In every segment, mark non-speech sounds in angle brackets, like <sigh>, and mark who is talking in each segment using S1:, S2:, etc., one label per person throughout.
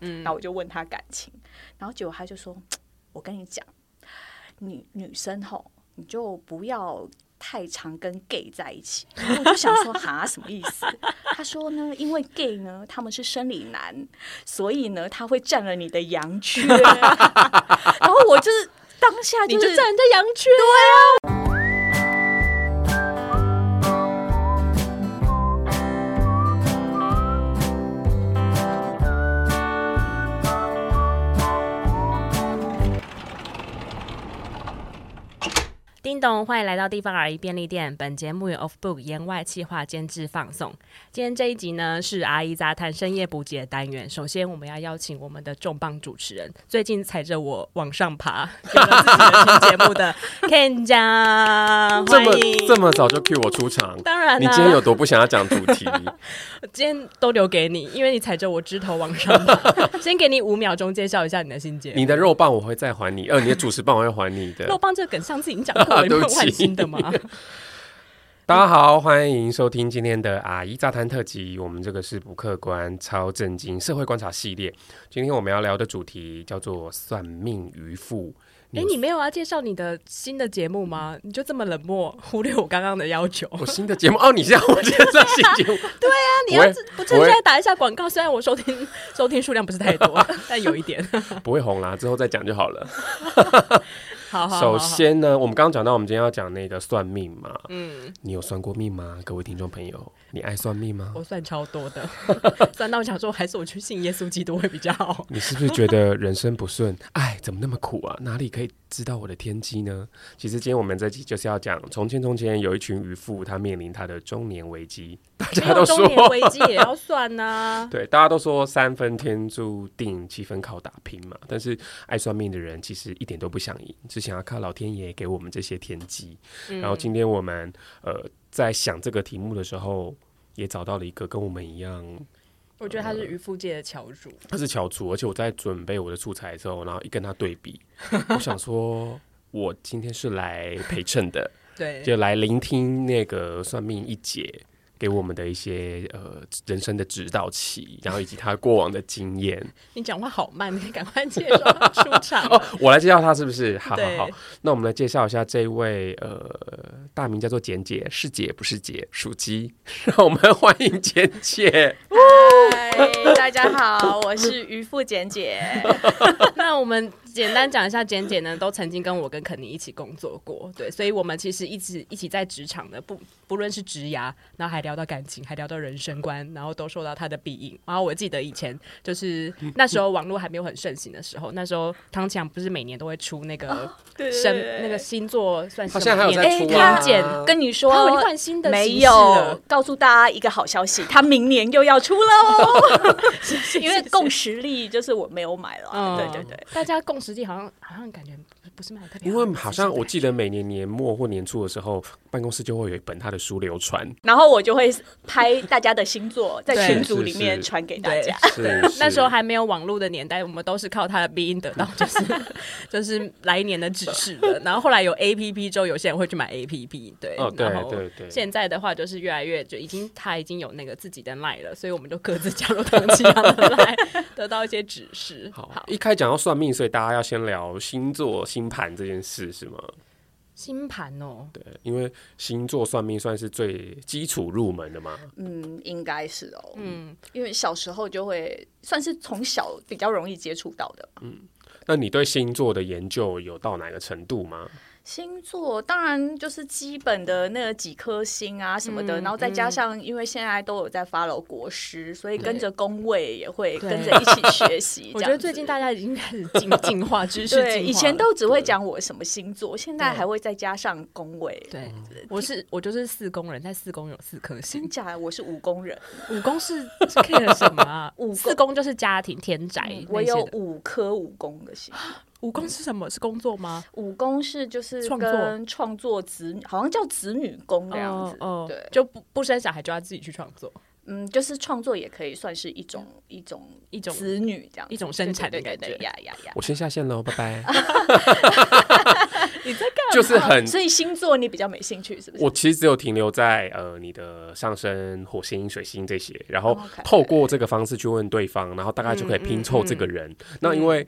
S1: 嗯，
S2: 然后我就问他感情，然后结果他就说：“我跟你讲，女女生吼，你就不要太常跟 gay 在一起。”然后我就想说：“哈，什么意思？”他说呢，因为 gay 呢，他们是生理男，所以呢，他会占了你的阳缺。 <laughs> 然后我就是当下
S1: 你
S2: 就
S1: 就是站人家羊圈，叮咚，欢迎来到地方阿姨便利店。本节目由 Off Book 言外企划监制放送。今天这一集呢是阿姨杂谈深夜补给的单元。首先，我们要邀请我们的重磅主持人，最近踩着我往上爬，
S3: <laughs>
S1: 有了自己的新节目的 Ken 酱，
S3: 这
S1: 欢
S3: 么
S1: 迎。
S3: 这么早就 cue 我出场，
S1: 当然啦，
S3: 你今天有多不想要讲主
S1: <laughs>
S3: 题？
S1: 今天都留给你，因为你踩着我枝头往上
S3: <laughs>
S1: 爬。先给你五秒钟介绍一下你的新节目。
S3: 你的肉棒我会再还你，呃，你的主食棒我会还你
S1: 肉
S3: 的。
S1: 棒这个梗上次已经讲过了，
S3: <laughs>
S1: 你不
S3: 啊对
S1: 会
S3: 不起
S1: 换新的吗？
S3: 大家好，欢迎收听今天的阿姨杂谈特辑，我们这个是不客观、超震惊社会观察系列。今天我们要聊的主题叫做算命渔夫。
S1: 哎、
S3: 有
S1: 你没有要介绍你的新的节目吗？你就这么冷漠， <laughs> 忽略我刚刚的要求？
S3: 我新的节目哦，你是要我介绍新节目？
S1: 那你
S3: 不
S1: 要
S3: 会
S1: 自不趁现
S3: 不会
S1: 在打一下广告，虽然我收听 <laughs> 收听数量不是太
S3: <laughs>
S1: 多，但有一点。
S3: 不会红啦，之后再讲就好了。
S1: 哦好好
S3: 首
S1: 好好
S3: 先呢，我们刚刚讲到，我们今天要讲那个算命嘛，
S1: 嗯，
S3: 你有算过命吗？各位听众朋友，你爱算命吗？
S1: 我算超多的， <laughs> 算到我想说，还是我去信耶稣基督会比较好。
S3: 你是不是觉得人生不顺？ <laughs> 哎，怎么那么苦啊？哪里可以知道我的天机呢？其实今天我们这集就是要讲，从前从前有一群渔夫，他面临他的中年危机。 <laughs> 大
S1: 没
S3: 家
S1: 有
S3: 都
S1: 中年
S3: 说，
S1: 危机也要算啊呐、
S3: 对，大家都说三分天注定，七分靠打拼嘛。但是爱算命的人其实一点都不想赢，只想要靠老天爷给我们这些天机。
S1: 嗯
S3: 然后今天我们呃在想这个题目的时候，也找到了一个跟我们一样
S1: 我觉得他是渔夫界的翘楚。
S3: 他是翘楚，而且我在准备我的素材的时候，然后一跟他对比，我想说，我今天是来陪衬的，
S1: 对，
S3: 就来聆听那个算命一姐给我们的一些呃人生的指导期，然后以及她过往的经验。
S1: 你讲话好慢，你赶快介绍他出场。
S3: <laughs> 哦，我来介绍她是不是？好好
S1: 对
S3: 好，那我们来介绍一下这位呃大名叫做简姐，是姐不是姐，属鸡， <laughs> 让我们欢迎简姐。
S2: 嗨，哎大家好，我是渔夫简姐。
S1: <laughs> 那我们简单讲一下，简简呢都曾经跟我跟肯尼一起工作过，对，所以我们其实一直一起在职场的，不不论是职涯，然后还聊到感情，还聊到人生观，然后都受到他的庇荫。然后我记得以前就是那时候网络还没有很盛行的时候，那时候唐强不是每年都会出
S2: <laughs>
S1: 那个
S2: 对
S1: 生那个星座算是
S3: 她现在还有
S1: 什么
S3: 在
S1: 年
S3: 出
S2: 哎
S3: 啊
S2: 她
S1: 年检，
S2: 跟你说，
S1: 他已经换新的
S2: 没
S1: 形式了
S2: 有告诉大家一个好消息，他明年又要出了哦。
S1: <laughs>
S2: 因为共识力就是我没有买了，
S1: 嗯
S2: 对对对，，
S1: 大家共识力好像好像感觉不不是蛮特别，
S3: 因为好像我记得每年年末或年初的时候，办公室就会有一本她的书
S1: <laughs>
S3: 流传，
S2: 然后我就会拍大家的星座，在
S1: 对
S2: 群组里面
S3: 是是
S2: 传给大家。
S3: 是
S1: <laughs> 那时候还没有网络的年代，我们都是靠他的鼻音得到，就是
S3: <laughs>
S1: 就是来年的指示的。然后后来有 A P P 之后，有些人会去买 A P P，对，
S3: 哦对
S1: 然后
S3: 对对
S1: 现在的话，就是越来越就已经他已经有那个自己的 Line 了，所以我们就各自加入唐吉阳的
S3: <laughs>
S1: Line，得到一些指示。
S3: 好，一开讲到算命，所以大家要先聊星座星盘这件事是吗？
S1: 星盘哦，
S3: 对，因为星座算命算是最基础入门的嘛。
S2: 嗯，应该是哦，嗯，因为小时候就会算是从小比较容易接触到的
S3: 那你对星座的研究有到哪个程度吗？
S2: 星座当然就是基本的那几颗星啊什么的，
S1: 嗯
S2: 然后再加上，因为现在都有在 follow 国师，所以
S1: 对
S2: 跟着宫位也会
S1: 对
S2: 跟着一起学习。
S1: <laughs> 我
S2: 这
S1: 觉
S2: 样
S1: 得
S2: 子
S1: 最近大家已经开始进进化
S2: <laughs>
S1: 知识进化了，
S2: 对以前都只会讲我什么星座，现在还会再加上宫位。
S1: 对，
S3: 嗯
S1: 我是我就是四宫人，在四宫有四颗星
S2: 真。假的？我是五宫人，
S1: 五宫是是 care 什么啊？
S2: 五宫
S1: 四宫就是家庭、天宅那些的。
S2: 嗯我有五颗五宫的星。
S1: 五宫是什么？是工作吗？
S2: 五宫是就是
S1: 创作
S2: 跟创作子女，好像叫子女宫这样子。
S1: 哦，哦
S2: 对，
S1: 就不不生小孩就要自己去创作，
S2: 嗯，就是创作也可以算是一种一种
S1: 一种
S2: 子女这样子
S1: 一种生产的
S2: 对对对对
S1: 感觉
S2: 呀
S1: <laughs>
S2: 呀呀！
S3: 我先下线喽，拜拜。
S1: 你在干嘛？
S3: 就是很
S2: 所以星座你比较没兴趣，是不是？
S3: 我其实只有停留在呃你的上升、火星、水星这些，然
S1: 哦
S3: 后
S2: OK
S3: 透过这个方式去问对方，然后大概就可以
S1: 嗯
S3: 拼
S1: 嗯
S3: 凑这个
S1: 嗯
S3: 人。那因为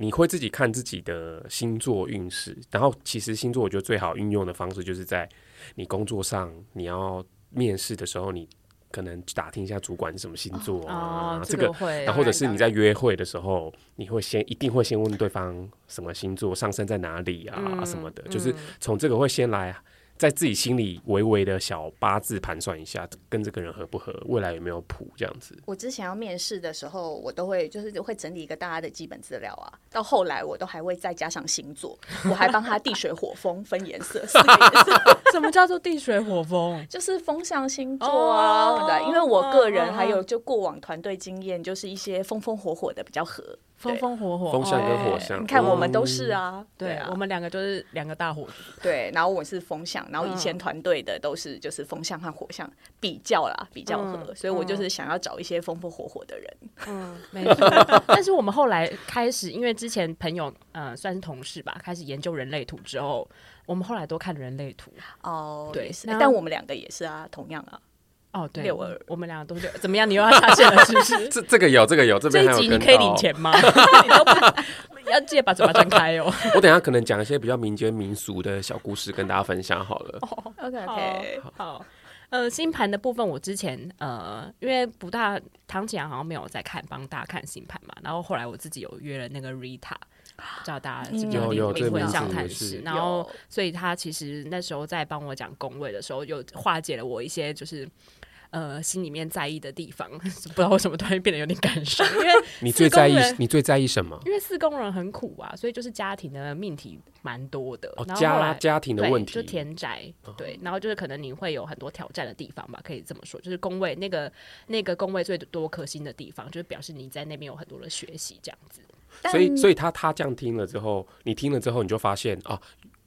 S3: 你会自己看自己的星座运势，然后其实星座我觉得最好运用的方式就是在你工作上你要面试的时候，你可能打听一下主管是什么星座啊，
S1: 哦，
S3: 这
S1: 个
S3: 个。
S1: 会
S3: 然后或者是你在约会的时候，你会先一定会先问对方什么星座、上升在哪里啊、
S1: 嗯
S3: 什么的，就是
S1: 嗯
S3: 从这个会先来在自己心里微微的小八字盘算一下，跟这个人合不合，未来有没有谱这样子。
S2: 我之前要面试的时候，我都会就是会整理一个大家的基本资料啊。到后来我都还会再加上星座，我还帮他地水火风分颜色，四个颜色
S1: 什么叫做地水火风？ <laughs>
S2: 就是风象星座啊。
S1: 哦
S2: 对，因为我个人
S1: 嗯嗯
S2: 还有就过往团队经验，就是一些风风火火的比较合。
S1: 风风火火，
S3: 风象跟
S1: 哦
S3: 火哦象
S2: 你看我们都是啊，
S1: 对
S2: 啊
S1: 我，们嗯两个就是两个大火烛，
S2: 对，然后我是风象，然后以前团队的都是就是风象和火象比较啦，比较合，
S1: 嗯
S2: 所以我就是想要找一些风风火火的人。
S1: <laughs> 嗯，没错。但是我们后来开始，因为之前朋友，呃，算是同事吧，开始研究人类图之后，我们后来多看人类图。
S2: 哦，
S1: 对
S2: 也是，
S1: 那
S2: 但我们两个也是啊，同样啊，
S1: 哦，对，
S2: 六二
S1: 我们两个都六，怎么样？你又要下线了，是不是？
S3: 这这个有，这个有，
S1: <laughs>
S3: 这
S1: 这
S3: 边还
S1: 一
S3: 有
S1: 集你
S3: 跟
S1: 可以
S3: 到
S1: 领。钱 <laughs> 吗？你都不 <laughs> 要记得把嘴巴张开哦。
S3: <laughs> 我等一下可能讲一些比较民间民俗的小故事跟大家分享好了。
S1: 哦
S2: OK 哦
S1: 好，好呃，星盘的部分，我之前呃，因为不大唐启阳好像没有在看，帮大家看星盘嘛。然后后来我自己有约了那个 Rita，不知道大家知不知道
S3: 嗯有
S1: 灵
S3: 有这
S1: 灵
S3: 个
S1: 魂
S3: 名
S1: 相
S3: 字
S1: 谈
S3: 也是
S1: 师？然后，所以他其实那时候在帮我讲宫位的时候，有化解了我一些就是。呃，心里面在意的地方， <laughs> 不知道为什么突然变得有点感伤，因为
S3: <laughs> 你
S1: 四
S3: 最
S1: 宫
S3: 在意
S1: 人，
S3: 你最在意什么？
S1: 因为四宫人很苦啊，所以就是家庭的命题蛮多的。然
S3: 哦，
S1: 后后
S3: 家
S1: 来
S3: 家庭的
S1: 对，
S3: 问
S1: 就
S3: 题。嗯
S1: 田宅，对，然后就是可能你会有很多挑战的地方吧，可以这么说，就是宫位那个那个宫位最多颗星的地方，就是表示你在那边有很多的学习这样子。
S3: 所以，所
S2: 以
S3: 以他他这样听了之后，你听了之后，你就发现啊，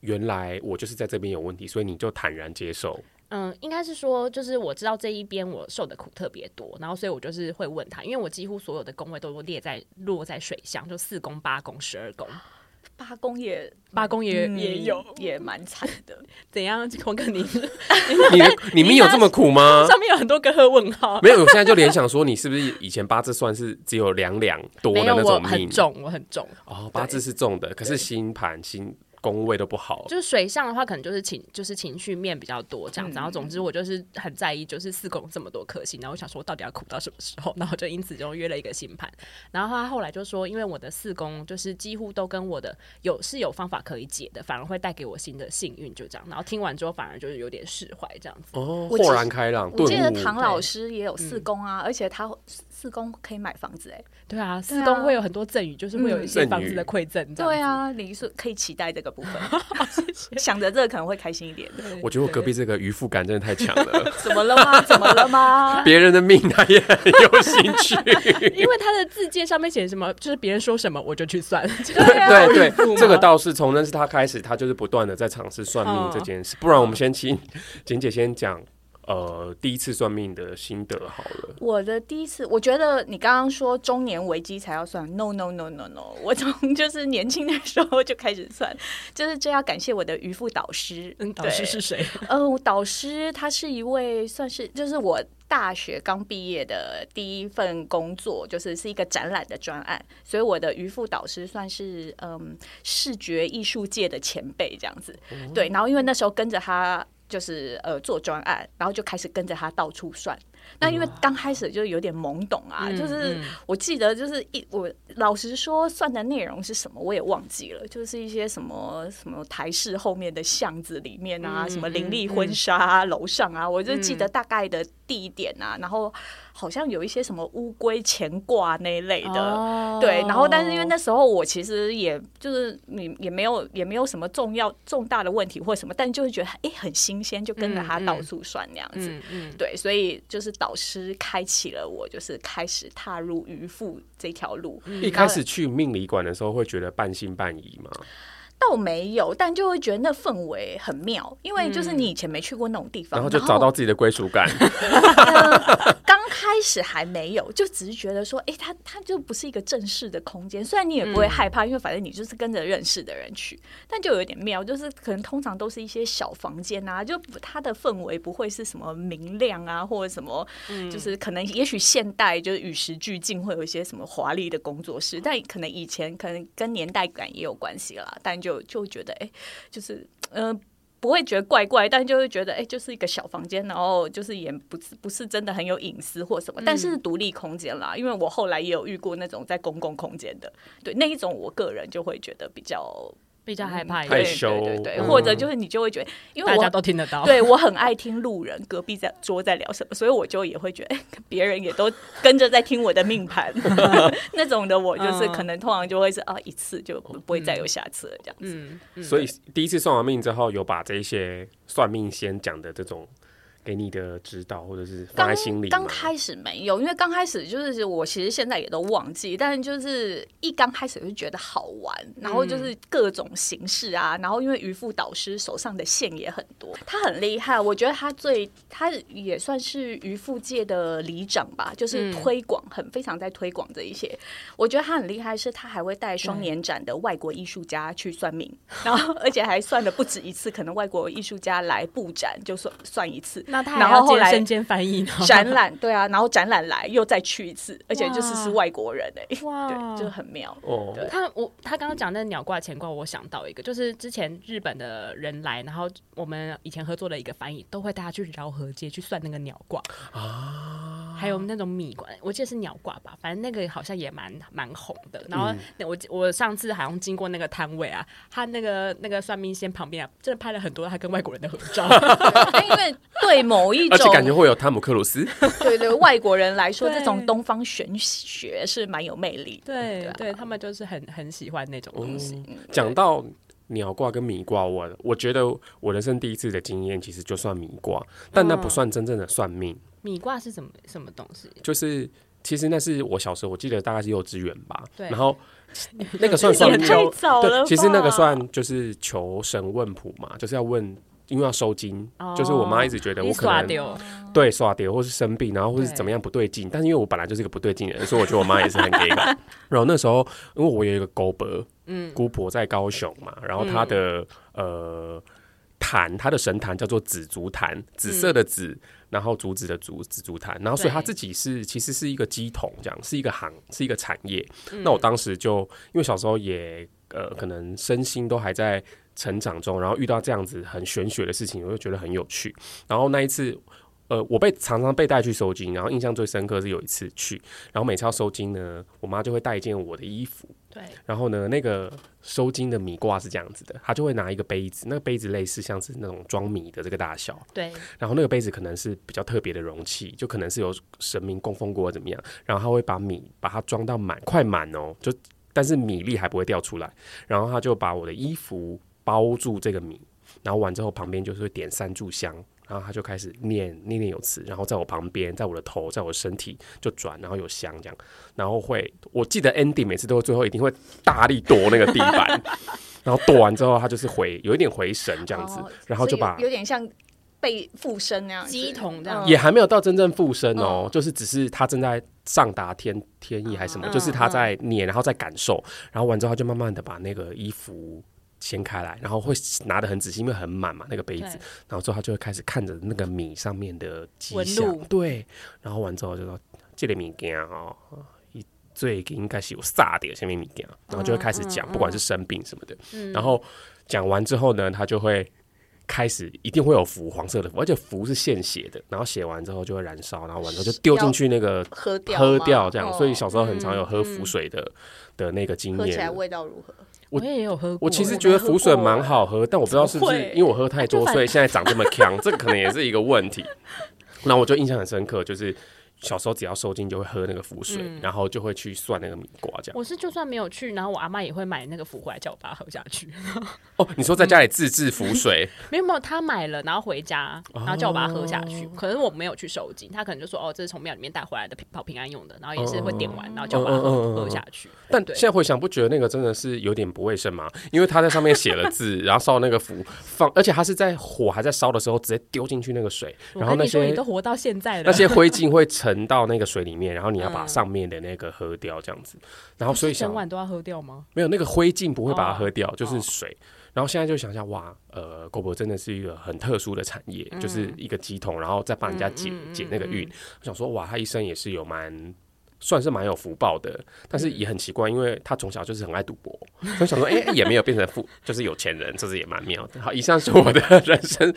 S3: 原来我就是在这边有问题，所以你就坦然
S2: <laughs>
S3: 接受。
S1: 嗯，应该是说，就是我知道这一边我受的苦特别多，然后所以我就是会问他，因为我几乎所有的宫位都列在落在水象，就四宫、八宫、十二宫，
S2: 八公也
S1: 八宫也、
S2: 嗯
S1: 也有
S2: 也蛮惨
S1: <laughs>
S2: 的，
S1: 怎样？孔哥你
S3: 你的你命有这么苦吗？
S1: 上面有很多个问号，
S3: <laughs> 没有，我现在就联想说，你是不是以前八字算是只有两两多的
S1: 没有
S2: <laughs>
S1: 我
S3: 那种命
S1: 很？重，我很重。
S3: 哦，八字是重的，可是星盘星宫位都不好。
S1: 就是水象的话，可能就是情就是情绪面比较多这样子。然后总之我就是很在意，就是四宫这么多颗星，然后我想说我到底要苦到什么时候，然后就因此就约了一个星盘。然后他后来就说，因为我的四宫就是几乎都跟我的有是有方法可以解的，反而会带给我新的幸运，就这样。然后听完之后，反而就是有点释怀这样子。
S3: 哦，
S2: 我记
S3: 豁然开朗，
S2: 我
S3: 顿
S2: 记得
S3: 悟。
S2: 唐老师也有四
S1: 嗯
S2: 宫啊，而且他四宫可以买房子哎，
S1: 对啊，四宫会有很多赠与，就是会有一些
S3: 嗯
S1: 房子的馈赠。
S2: 对，啊，你是可以期待这个部 <laughs> 分，想着这个可能会开心一点。
S3: 我觉得我隔壁这个渔夫感真的太强了，
S2: <laughs> 怎么了 <laughs> 吗？怎么了吗？
S3: 别人的命他也很有兴趣。
S1: 因为他的字界上面写什么，就是别人说什么我就去算。
S2: 啊
S1: 啊
S3: 对啊
S1: <laughs>
S3: 对，这个倒是从认识他开始，他就是不断的在尝试算命这件事。不然我们先请 <laughs> 简姐先讲，呃，第一次算命的心得好了。
S2: <laughs> 我的第一次，我觉得你刚刚说中年危机才要算，no no no no no，我 <laughs> 从就是年轻的时候就开始算，就是这要感谢我的渔夫导师，
S1: 嗯，导师
S2: 对
S1: 是谁？
S2: 呃，我导师他是一位算是就是我大学刚毕业的第一份工作，就是是一个展览的专案，所以我的渔夫导师算是嗯视觉艺术界的前辈这样子。对，然后因为那时候跟着他。就是呃做专案，然后就开始跟着他到处算。那因为刚开始就有点懵懂啊，就是我记得就是一我老实说算的内容是什么我也忘记了，就是一些什么什么台式后面的巷子里面啊，
S1: 嗯
S2: 什么林立
S1: 嗯
S2: 婚纱啊，楼、上啊，我就记得
S1: 嗯
S2: 大概的地点啊，然后好像有一些什么乌龟乾卦那一类的。
S1: 哦
S2: 对，然后但是因为那时候我其实也就是你也没有也没有什么重要重大的问题或什么，但就会觉得哎、诶很新鲜，就跟着他
S1: 嗯嗯
S2: 到处算那样子。
S1: 嗯嗯，
S2: 对，所以就是导师开启了我，就是开始踏入渔父这条路。
S1: 嗯
S3: 一开始去命理馆的时候，会觉得半信半疑嘛？
S2: 倒没有，但就会觉得那氛围很
S1: 嗯
S2: 妙，因为就是你以前没去过那种地方，
S3: 然后就找到自己的归属感。
S2: 刚开始还没有，就只是觉得说，哎、他他就不是一个正式的空间，虽然你也不会害怕，因为反正你就是跟着认识的人去，但就有点妙，就是可能通常都是一些小房间啊，就不它的氛围不会是什么明亮啊，或者什么，就是可能也许现代就是与时俱进，会有一些什么华丽的工作室，但可能以前可能跟年代感也有关系啦，但就就觉得哎、诶就是嗯。呃不会觉得怪怪，但就会觉得哎、诶就是一个小房间，然后就是也不是不是真的很有隐私或什么，但
S1: 嗯
S2: 是是独立空间啦。因为我后来也有遇过那种在公共空间的，对那一种，我个人就会觉得比较
S1: 比较害怕一
S3: 害
S1: 点
S2: 对，
S3: 羞
S2: 对对对，
S3: 嗯
S2: 或者就是你就会觉得，因为
S1: 大
S2: 我
S1: 家都听得
S2: <laughs>
S1: 到。<laughs>
S2: 对我很爱听路人隔壁在桌在聊什么，所以我就也会觉得哎别人也都跟着在听我的命盘， <laughs> 那种的我就是
S1: 嗯
S2: 可能通常就会是啊一次就不不会再有下次了这样子。
S1: 嗯，嗯
S3: 所以第一次算完命之后，有把这一些算命先讲的这种给你的指导，或者是放在心里吗
S2: 刚开始没有，因为刚开始就是我其实现在也都忘记，但就是一刚开始就觉得好玩，然后
S3: 嗯
S2: 就是各种形式啊，然后因为渔夫导师手上的线也很多，他很厉害，我觉得他最他也算是渔夫界的里长吧，
S3: 嗯
S2: 就是推广很非常在推广这一些。我觉得他很厉害，是他还会带
S3: 嗯
S2: 双年展的外国艺术家去算命，然后而且还算了不止一次，可能外国艺术家来布展就算算一次，
S1: 那他
S2: 然
S1: 还
S2: 后
S1: 要
S2: 后
S1: 健
S2: 来
S1: 身兼翻译呢？ <laughs>
S2: 展览，对啊，然后展览来又再去一 <laughs> 次，而且就是是外国人哎、
S1: 哇，
S2: 对，就很妙。
S3: 哦，
S1: 他我他刚刚讲那鸟挂钱挂，我想到一个，就是之前日本的人来，然后我们以前合作的一个翻译，都会带他去饶河街去算那个鸟挂啊，还有那种米挂，我记得是鸟挂吧，反正那个好像也蛮蛮红的。然后那我我上次好像经过那个摊位啊，他那个那个算命先旁边啊，真的拍了很多他跟外国人的合 <laughs> 照，
S2: <laughs> 但因为对某一
S3: 而且
S2: 种
S3: 感觉会有汤姆克鲁斯，
S2: 对对外国人来说，
S1: 对
S2: 这种东方玄学是蛮有魅力的。
S1: 对
S2: 啊
S1: 对，他们就是很很喜欢那种东西。
S3: 讲到鸟卦跟米卦，我我觉得我人生第一次的经验其实就算米卦，但那不算真正的算命，
S1: 米挂是什么什么东西？
S3: 就是其实那是我小时候，我记得大概是幼稚园吧，
S1: 对
S3: 然后那个算算
S2: 也
S3: 命，哦
S2: 太早了
S3: 对，
S2: 吧
S3: 其实那个算就是求神问卜嘛，就是要问。因为要收金，
S1: 哦
S3: 就是我妈一直觉得
S1: 你
S3: 我可
S1: 耍
S3: 能
S1: 丢，
S3: 对耍跌，或是生病，然后或是
S1: 对
S3: 怎么样不对劲。但是因为我本来就是个不对劲的人，所以我觉得我妈也是很给感。 <laughs> 然后那时候，因为我有一个姑伯，嗯，姑婆在高雄嘛，然后她的、呃坛，她的神坛叫做紫竹坛，紫色的紫，然后竹子的竹，紫竹坛。然后所以
S1: 对
S3: 她自己是其实是一个鸡桶，这样是一个行，是一个产业。那我当时就因为小时候也呃，可能身心都还在成长中，然后遇到这样子很玄学的事情，我就觉得很有趣。然后那一次，呃，我被常常被带去收金，然后印象最深刻是有一次去，然后每次要收金呢，我妈就会带一件我的衣服，
S1: 对，
S3: 然后呢，那个收金的米挂是这样子的，她就会拿一个杯子，那个杯子类似像是那种装米的这个大小，
S1: 对，
S3: 然后那个杯子可能是比较特别的容器，就可能是有神明供奉过怎么样，哦然后他会把米把它装到满，快满哦，就但是米粒还不会掉出来，然后他就把我的衣服包住这个米，然后完之后旁边就是会点三炷香，然后他就开始念念念有词，然后在我旁边，在我的头，在我身体就转，然后有香这样，然后会我记得 Andy 每次都会最后一定会大力跺那个地板。然后跺完之后，他就是回有一点回神这样子，
S2: 哦
S3: 然后就
S2: 所以
S3: 把
S2: 有有点像被附身那样子，嗯
S1: 鸡桶这样
S3: 也还没有到真正附身哦，就是只是他正在上达天天意还是什么，
S1: 嗯
S3: 就是他在念，然后在感受，然后完之后他就慢慢的把那个衣服掀开来，然后会拿的很仔细，因为很满嘛那个杯子
S1: 对，
S3: 然后之后他就会开始看着那个米上面的迹
S1: 纹
S3: 象
S1: 路，
S3: 对，然后完之后就说这个物件哦。它最近应该是有撒点什么物件，然后就会开始
S2: 嗯
S3: 讲，不管是生病什么的。然后讲完之后呢，他就会开始一定会有符，黄色的符，而且符是献血的，然后写完之后就会燃烧，然后完之后就丢进去那个
S2: 喝掉
S3: 喝
S2: 吗
S3: 掉这样，
S2: 哦嗯
S3: 所以小时候很常有喝符水的的那个经
S2: 喝起来
S3: 验。
S2: 味道如何？
S1: 我
S3: 我
S1: 也有喝过。
S3: 我其实
S1: 欸
S3: 觉得符水蛮好喝，但我不知道是不
S1: 怎
S3: 是
S1: 么
S2: 哎
S1: 会
S3: 因为我喝太多
S1: 就，反
S3: 所以现在长这么
S2: <laughs>
S3: 强，这个可能也是一个问题。那我就印象很深刻，就是小时候只要收金就会喝那个符水，
S2: 嗯
S3: 然后就会去算那个米瓜这样。
S1: 我是就算没有去，然后我阿妈也会买那个符回来叫我爸喝下去。
S3: 哦，你说在家里自制符水，
S1: <laughs> 没有没有，他买了然后回家，
S3: 哦
S1: 然后叫我把它喝下去。可能我没有去收金，他可能就说哦，这是从庙里面带回来的保平安用的，然后也是会点完，然后叫我把它
S3: 嗯嗯嗯嗯
S1: 喝
S3: 嗯
S1: 喝下去。
S3: 但
S1: <laughs> 对
S3: 现在回想，不觉得那个真的是有点不卫生吗？因为他在上面写了字， <laughs> 然后烧那个符，放，而且他是在火还在烧的时候直接丢进去那个水，
S1: 我
S3: 然后
S1: 跟
S3: 那
S1: 你说，你
S3: 些
S1: 都活到现在了
S3: 那，些灰烬会沉沉到那个水里面，然后你要把
S1: 嗯
S3: 上面的那个喝掉，这样子。然后所以想
S1: 整碗都要喝掉吗？
S3: 没有那个灰烬不会把它喝掉，就
S1: 哦
S3: 是水。然后现在就想一下，哇，呃，狗博真的是一个很特殊的产业，
S1: 嗯
S3: 就是一个鸡桶，然后再帮人家解、解那个运。我想说，哇，他一生也是有蛮。算是蛮有福报的，但是也很奇怪，因为他从小就是很爱赌博，所以想说，哎、
S1: <laughs>
S3: 也没有变成富，就是有钱人，这是也蛮妙的。好，以上是我的人生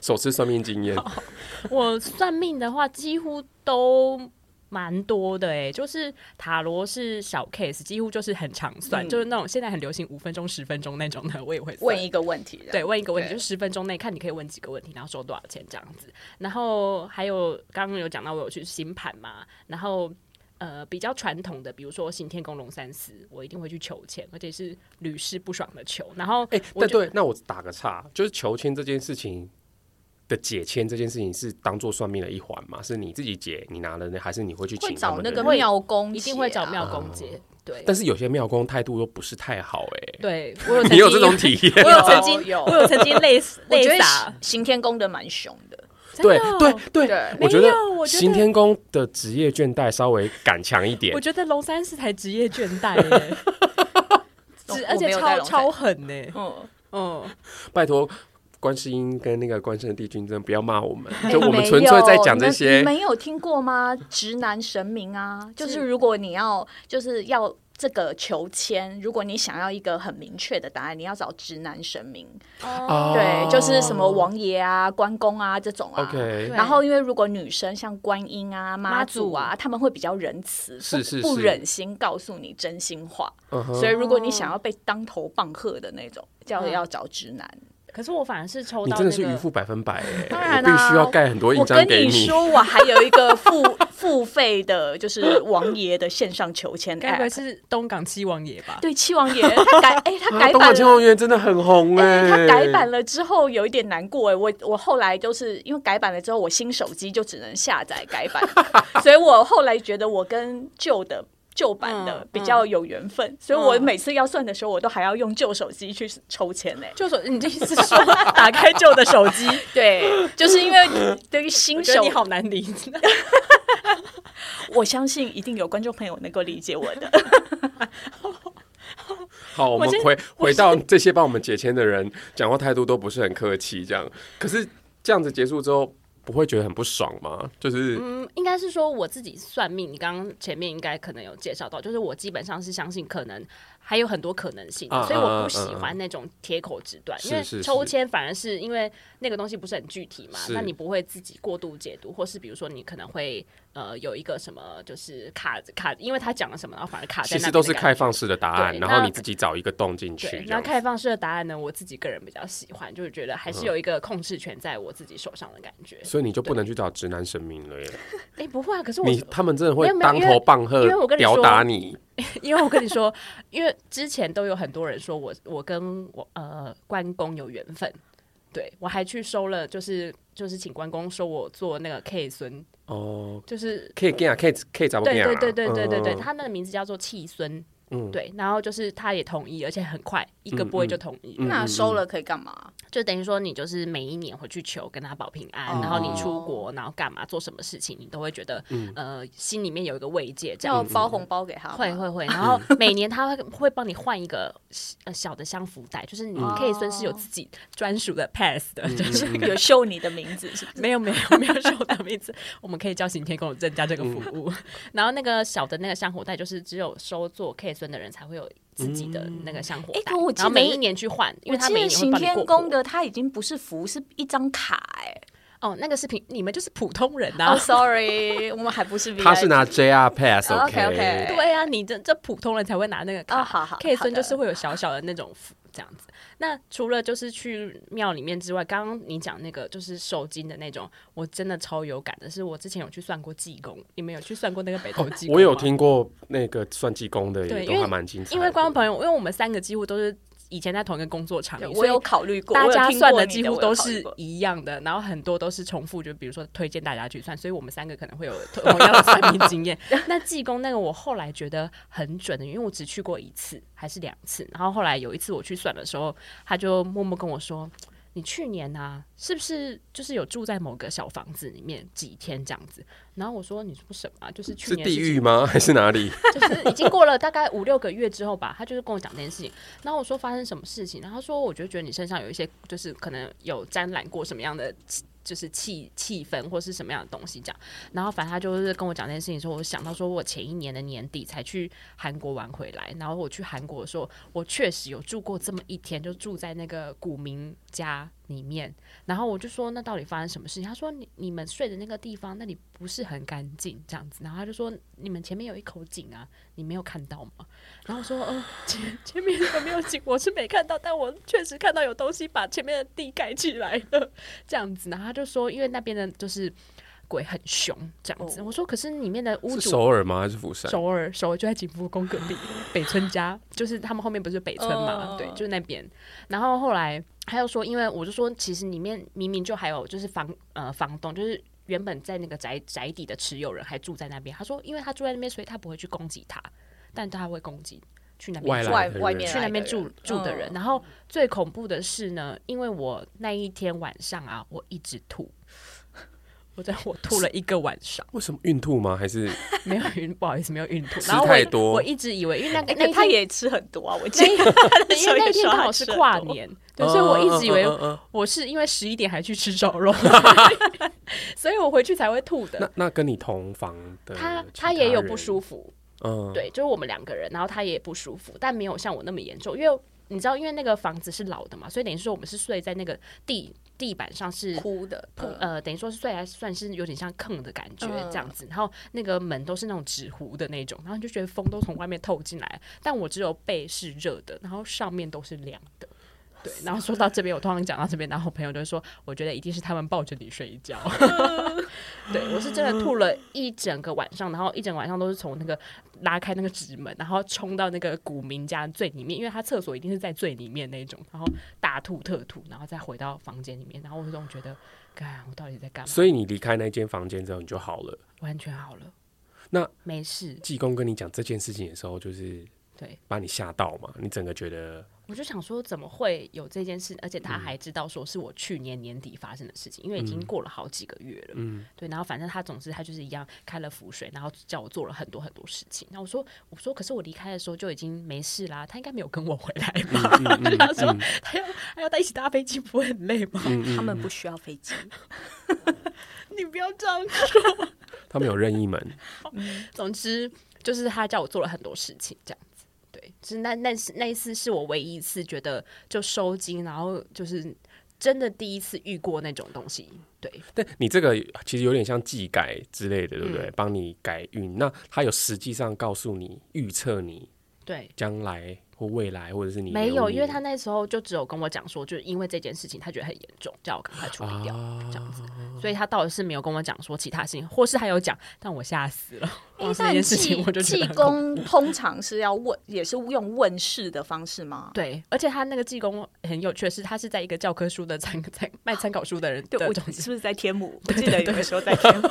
S3: 首次算命经验。
S1: 我算命的话，几乎都蛮多的哎、就是塔罗是小 case，几乎就是很常算，
S2: 嗯
S1: 就是那种现在很流行五分钟、十分钟那种的，我也会算
S2: 问一个问题的，
S1: 对，问一个问题，
S2: 对
S1: 就是十分钟内看你可以问几个问题，然后收多少钱这样子。然后还有刚刚有讲到我有去星盘嘛，然后呃比较传统的，比如说行天宫龙三司，我一定会去求签，而且是屡试不爽的求。然后
S3: 哎、
S1: 我
S3: 对
S1: 觉
S3: 对，那我打个岔，就是求签这件事情的解签这件事情是当做算命的一环嘛？是你自己解，你拿了呢，还是你会去
S2: 会
S3: 请他
S2: 找
S3: 们
S2: 那
S3: 的
S2: 个
S3: 人？
S2: 庙公、啊
S1: 一定会找。庙公姐，对
S3: 但是有些庙公态度又不是太好、
S1: 对，我有
S3: 哎， <laughs>
S1: 曾
S3: 你有
S1: 经
S3: 这种体验？
S1: <laughs>
S3: <laughs>
S1: 我有曾经
S2: 有有
S1: 我有曾经累死
S2: 我
S1: 累
S2: 觉得
S1: 傻，
S2: 行天宫的蛮凶的，
S1: 真的
S3: 对
S1: 哦
S3: 对对
S2: 对
S3: 我觉得
S1: 没有我觉得
S3: 行天宫的职业倦怠稍微敢强一点
S1: 我。觉得龙三是才职业倦怠 <laughs> 耶，只而
S2: 我
S1: 且
S2: 没有在
S1: 超
S2: 龙山
S1: 超狠呢，
S2: 嗯，
S1: 嗯，
S3: 拜托，观世音跟那个关圣帝君真的不要骂我们，
S2: 哎
S3: 就我们
S2: 没
S3: 纯粹在
S2: 有
S3: 讲
S2: 你
S3: 这
S2: 们
S3: 些嗯
S2: 你。没有听过吗？直男神明啊，就是
S1: 是
S2: 如果你要就是要这个求签，如果你想要一个很明确的答案，你要找直男神明，
S3: 哦
S2: 对，就是什么王爷啊、关公啊这种啊。
S3: OK，
S1: 对
S2: 然后，因为如果女生像观音啊、妈
S1: 妈
S2: 祖啊，他们会比较仁慈，不
S3: 是是
S2: 不
S3: 是
S2: 忍心告诉你真心话。
S3: 嗯哼
S2: 所以，如果你想要被当头棒喝的那种，叫
S3: 嗯
S2: 要找直男。
S1: 可是我反而是抽
S3: 你
S1: 到
S3: 真
S1: 那
S3: 的是渔
S1: 个。
S3: 夫百分百哎、
S2: 当然
S3: 我必须
S2: 啦
S3: 要盖很多印
S2: 我
S3: 章
S2: 跟
S3: 给
S2: 你说，我还有一个付 <laughs> 付费的，就是王爷的线上求签
S1: 该不会
S2: app。
S1: 是东港七王爷吧？
S2: 对，七王爷他改，哎、他
S3: 啊，
S2: 改
S3: 东
S2: 版
S3: 莞青
S2: 了。
S3: 红园真的很红哎、
S2: 哎，他改版了之后有一点难过哎，我我后来就是因为改版了之后，我新手机就只能下载改版， <laughs> 所以我后来觉得我跟旧的旧版的
S1: 嗯
S2: 比较有缘分，所以我每次要算的时候，我都还要用旧手机去抽签哎。
S1: 就说你这意思是说 <laughs> 打开旧的手机，
S2: 对，就是因为
S3: <laughs>
S2: 对于
S1: 我
S2: 新
S1: 觉得
S2: 手
S1: 你，好难理解。
S2: 我相信一定有观众朋友能够理解我的。
S3: 好，我们
S1: 我先
S3: 回
S1: 我
S3: 回到这些帮我们解签的人，讲话态度都不是很客气，这样。可是这样子结束之后，不会觉得很不爽吗？就是、
S1: 嗯，应该是说我自己算命，你刚刚前面应该可能有介绍到，就是我基本上是相信可能还有很多可能性的，
S3: 啊
S1: 所以我不喜
S3: 啊啊啊
S1: 欢那种铁口直断，
S3: 是
S1: 因为
S3: 是
S1: 抽
S3: 是
S1: 签反而是因为那个东西不是很具体嘛，
S3: 是
S1: 那你不会自己过度解读，或是比如说你可能会呃有一个什么就是卡卡，因为他讲了什么，然后反而卡在
S3: 其
S1: 那
S3: 实
S1: 边
S3: 都
S1: 的
S3: 是
S1: 感觉
S3: 开放式的答案，
S1: 对
S3: 然后
S1: 那
S3: 你自己找一个洞进去
S1: 对，
S3: 这
S1: 那
S3: 样子。嗯
S1: 开放式的答案呢，我自己个人比较喜欢，就是觉得还是有一个控制权在我自己手上的感觉。
S3: 所以你就不能去找直男神明了耶！
S1: 哎、不会啊，可是我
S3: 你他们真的会
S1: 没有没有
S3: 当
S1: 因为
S3: 头棒喝
S1: 因为我跟，你
S3: 吊
S1: 说
S3: 打你。
S1: 因为我跟你说， <laughs> 因为之前都有很多人说我我跟我呃关公有缘分，对我还去收了，就是就是请关公收我做那个 K 孙，
S3: 哦，
S1: 就是
S3: 可以这样，可以可以找不
S1: 对
S3: 这样
S1: 对
S3: 啊。
S1: 对对对对对，
S3: 嗯
S1: 他那个名字叫做气孙，
S3: 嗯
S1: 对，然后就是他也同意，而且很快一个
S3: 嗯
S1: 不会
S3: 嗯
S1: 就同意了。
S2: 那收了可以干嘛？
S1: 就等于说你就是每一年回去求跟他保平安，
S2: 哦
S1: 然后你出国，然后干嘛做什么事情，你都会觉得、
S3: 嗯
S1: 呃心里面有一个慰藉，这
S2: 要
S1: 样。
S2: 包红包给他吗？<laughs>
S1: 会会会，然后每年他会会帮你换一个呃小的香福袋，就是
S2: 哦
S1: 你可以算是有自己专属的 pass 的，就是 <laughs>
S3: 嗯
S2: 有秀你的名字是不是？
S1: 没有没有没有收到名字，我们可以叫刑天跟我增加这个服务。然后那个小的那个香火袋，就是只有收做 K 孙的人才会有自己的那个香火
S2: 诶
S1: 袋，
S2: 可我记
S1: 然后每
S2: 得
S1: 一年去换，
S2: 我
S1: 因为他
S2: 记
S1: 每
S2: 得
S1: 一年会
S2: 行
S1: 帮你
S2: 天
S1: 过
S2: 宫
S1: 户
S2: 的它已经不是符，是一张卡哎、
S1: 哦，那个是平你们就是普通人呐、啊
S2: 哦、s o r r y 我们还不是 VIP。
S3: 他是拿 JR Pass
S2: OK，
S3: OK，
S2: OK
S1: 对啊，你这这普通人才会拿那个卡，
S2: 哦好好
S1: ，K
S2: 好
S1: 孙
S2: 的
S1: 就是会有小小的那种符这样子。那除了就是去庙里面之外，刚刚你讲那个就是受精的那种，我真的超有感的是，我之前有去算过济公，你们有去算过那个北投济公、
S3: <laughs> 我有，听过那个算计工的，
S1: 对
S3: 也
S1: 因
S3: 都
S1: 为
S3: 还蛮精彩的。
S1: 因为观众朋友，因为我们三个几乎都是以前在同一个工作场
S2: 对
S1: 域，
S2: 我
S1: 所以
S2: 有考虑过，
S1: 大
S2: 我有
S1: 家
S2: 听
S1: 算
S2: 过
S1: 的
S2: 你
S1: 几
S2: 的
S1: 乎
S2: 我有
S1: 都
S2: 考虑
S1: 是
S2: 过
S1: 一样的，然后很多都是重复，就比如说推荐大家去算，所以我们三个可能会有同同样的算命经验。
S2: <laughs>
S1: 那济公那个我后来觉得很准的，因为我只去过一次还是两次，然后后来有一次我去算的时候，他就默默跟我说。你去年啊，是不是就是有住在某个小房子里面几天这样子？”然后我说：“你说什么啊、就是去
S3: 是
S1: 年的
S3: 地
S1: 事情
S3: 狱吗？还是哪
S1: <laughs>
S3: 里？
S1: 就是已经过了大概五六个月之后吧，他就是跟我讲这件事情。然后我说发生什么事情，然后他说我就觉得你身上有一些，就是可能有沾染过什么样的气。就是气气氛或是什么样的东西这样，然后反正他就是跟我讲这件事情的时候，我想到说我前一年的年底才去韩国玩回来，然后我去韩国的时候，我确实有住过这么一天，就住在那个古民家里面，然后我就说那到底发生什么事情？他说你你们睡的那个地方那里不是很干净这样子，然后他就说嗯你们前面有一口井啊，你没有看到吗？然后我说哦前前面有没有井我是没看到，但我确实看到有东西把前面的地盖起来了这样子，然后他就说因为那边的就是鬼很凶这样子，
S2: 哦
S1: 我说可是里面的屋
S3: 是
S1: 主
S3: 首尔吗？还是釜山？
S1: 首尔，首尔就在景福宫
S3: <laughs>
S1: 隔壁，北村家，就是他们后面不是北村嘛？
S2: 嗯
S1: 对，就是那边。然后后来他又说，因为我就说，其实里面明明就还有就是房呃房东，就是原本在那个宅宅邸的持有人还住在那边。他说，因为他住在那边，所以他不会去攻击他，但他会攻击去那边
S3: 外
S1: 住
S3: 来
S2: 外
S3: 的人
S2: 外面
S1: 去那边
S2: 来的
S1: 住
S2: 人
S1: 住的人。
S2: 嗯
S1: 然后最恐怖的是呢，因为我那一天晚上啊，我一直吐。我在我吐了一个晚上，
S3: 为什么孕吐吗？还是
S1: 没有晕，不好意思，没有晕吐。
S3: 吃
S1: 然后我
S3: 太
S1: 一
S3: 多
S1: 我一直以为，因为那个
S2: 哎
S1: 那一
S2: 他
S1: 天
S2: 也吃很多啊，我记 <laughs> 得
S1: 对因为那一天刚好是跨年， <laughs> 对，所以我一直以为
S3: 嗯嗯嗯嗯嗯
S1: 我是因为十一点还去吃烧
S3: <laughs>
S1: 肉，所以我回去才会吐的。
S3: 那呃那跟你同房的
S1: 他他也有不舒
S3: 服，
S1: 服，
S3: 嗯，
S1: 对，就是我们两个人，然后他也不舒服，但没有像我那么严重，因为你知道，因为那个房子是老的嘛，所以等于说我们是睡在那个地地板上是。
S2: 哭的，
S1: 铺呃，等于说是睡还算是有点像炕的感觉
S2: 嗯
S1: 这样子，然后那个门都是那种纸糊的那种，然后你就觉得风都从外面透进来，但我只有背是热的，然后上面都是凉的。对，然后说到这边，我通常讲到这边，然后我朋友就会说，我觉得一定是他们抱着你睡觉。 <laughs> 对我是真的吐了一整个晚上，然后一整晚上都是从那个拉开那个纸门，然后冲到那个古民家最里面，因为他厕所一定是在最里面那种，然后大吐特吐，然后再回到房间里面，然后我就总觉得，干，我到底在干嘛？
S3: 所以你离开那间房间之后你就好了。
S1: 完全好了，
S3: 那
S1: 没事。
S3: 济公跟你讲这件事情的时候，就是
S1: 对，
S3: 把你吓到嘛，你整个觉得
S1: 我就想说，怎么会有这件事？而且他还知道说是我去年年底发生的事情，因为已经过了好几个月了。嗯，对。然后反正他总之他就是一样开了浮水，然后叫我做了很多很多事情。然后我说我说，可是我离开的时候就已经没事啦，他应该没有跟我回来吧？就他说 <laughs> 他要他要在一起搭飞机，不会很累吗？
S3: 嗯
S2: 他们不需要飞机，
S1: 你不要这样子。
S3: 他们有任意门，
S1: <laughs> 总之就是他叫我做了很多事情，这样子。对，就是那那是那一次是我唯一一次觉得就收精，然后就是真的第一次遇过那种东西。对，
S3: 但你这个其实有点像技改之类的，对不
S1: 嗯
S3: 对？帮你改运，那他有实际上告诉你预测你
S1: 对，
S3: 将来或未来，或者是你
S1: 没
S3: 流
S1: 有，
S3: 年
S1: 因为他那时候就只有跟我讲说，就是因为这件事情，他觉得很严重，叫我赶快处理掉、这样子，所以他倒是没有跟我讲说其他事情，或是他有讲，但我吓死了。光是那件事情我就觉
S2: 济济
S1: 得很恐怖
S2: 公通常是要问，也是用问世的方式吗？
S1: 对，而且他那个技工很有趣的是，他是在一个教科书的参参卖参考书的人
S2: <laughs> 对，
S1: 的
S2: 我
S1: 种
S2: 是不是在天母？我记得有的时候在天母，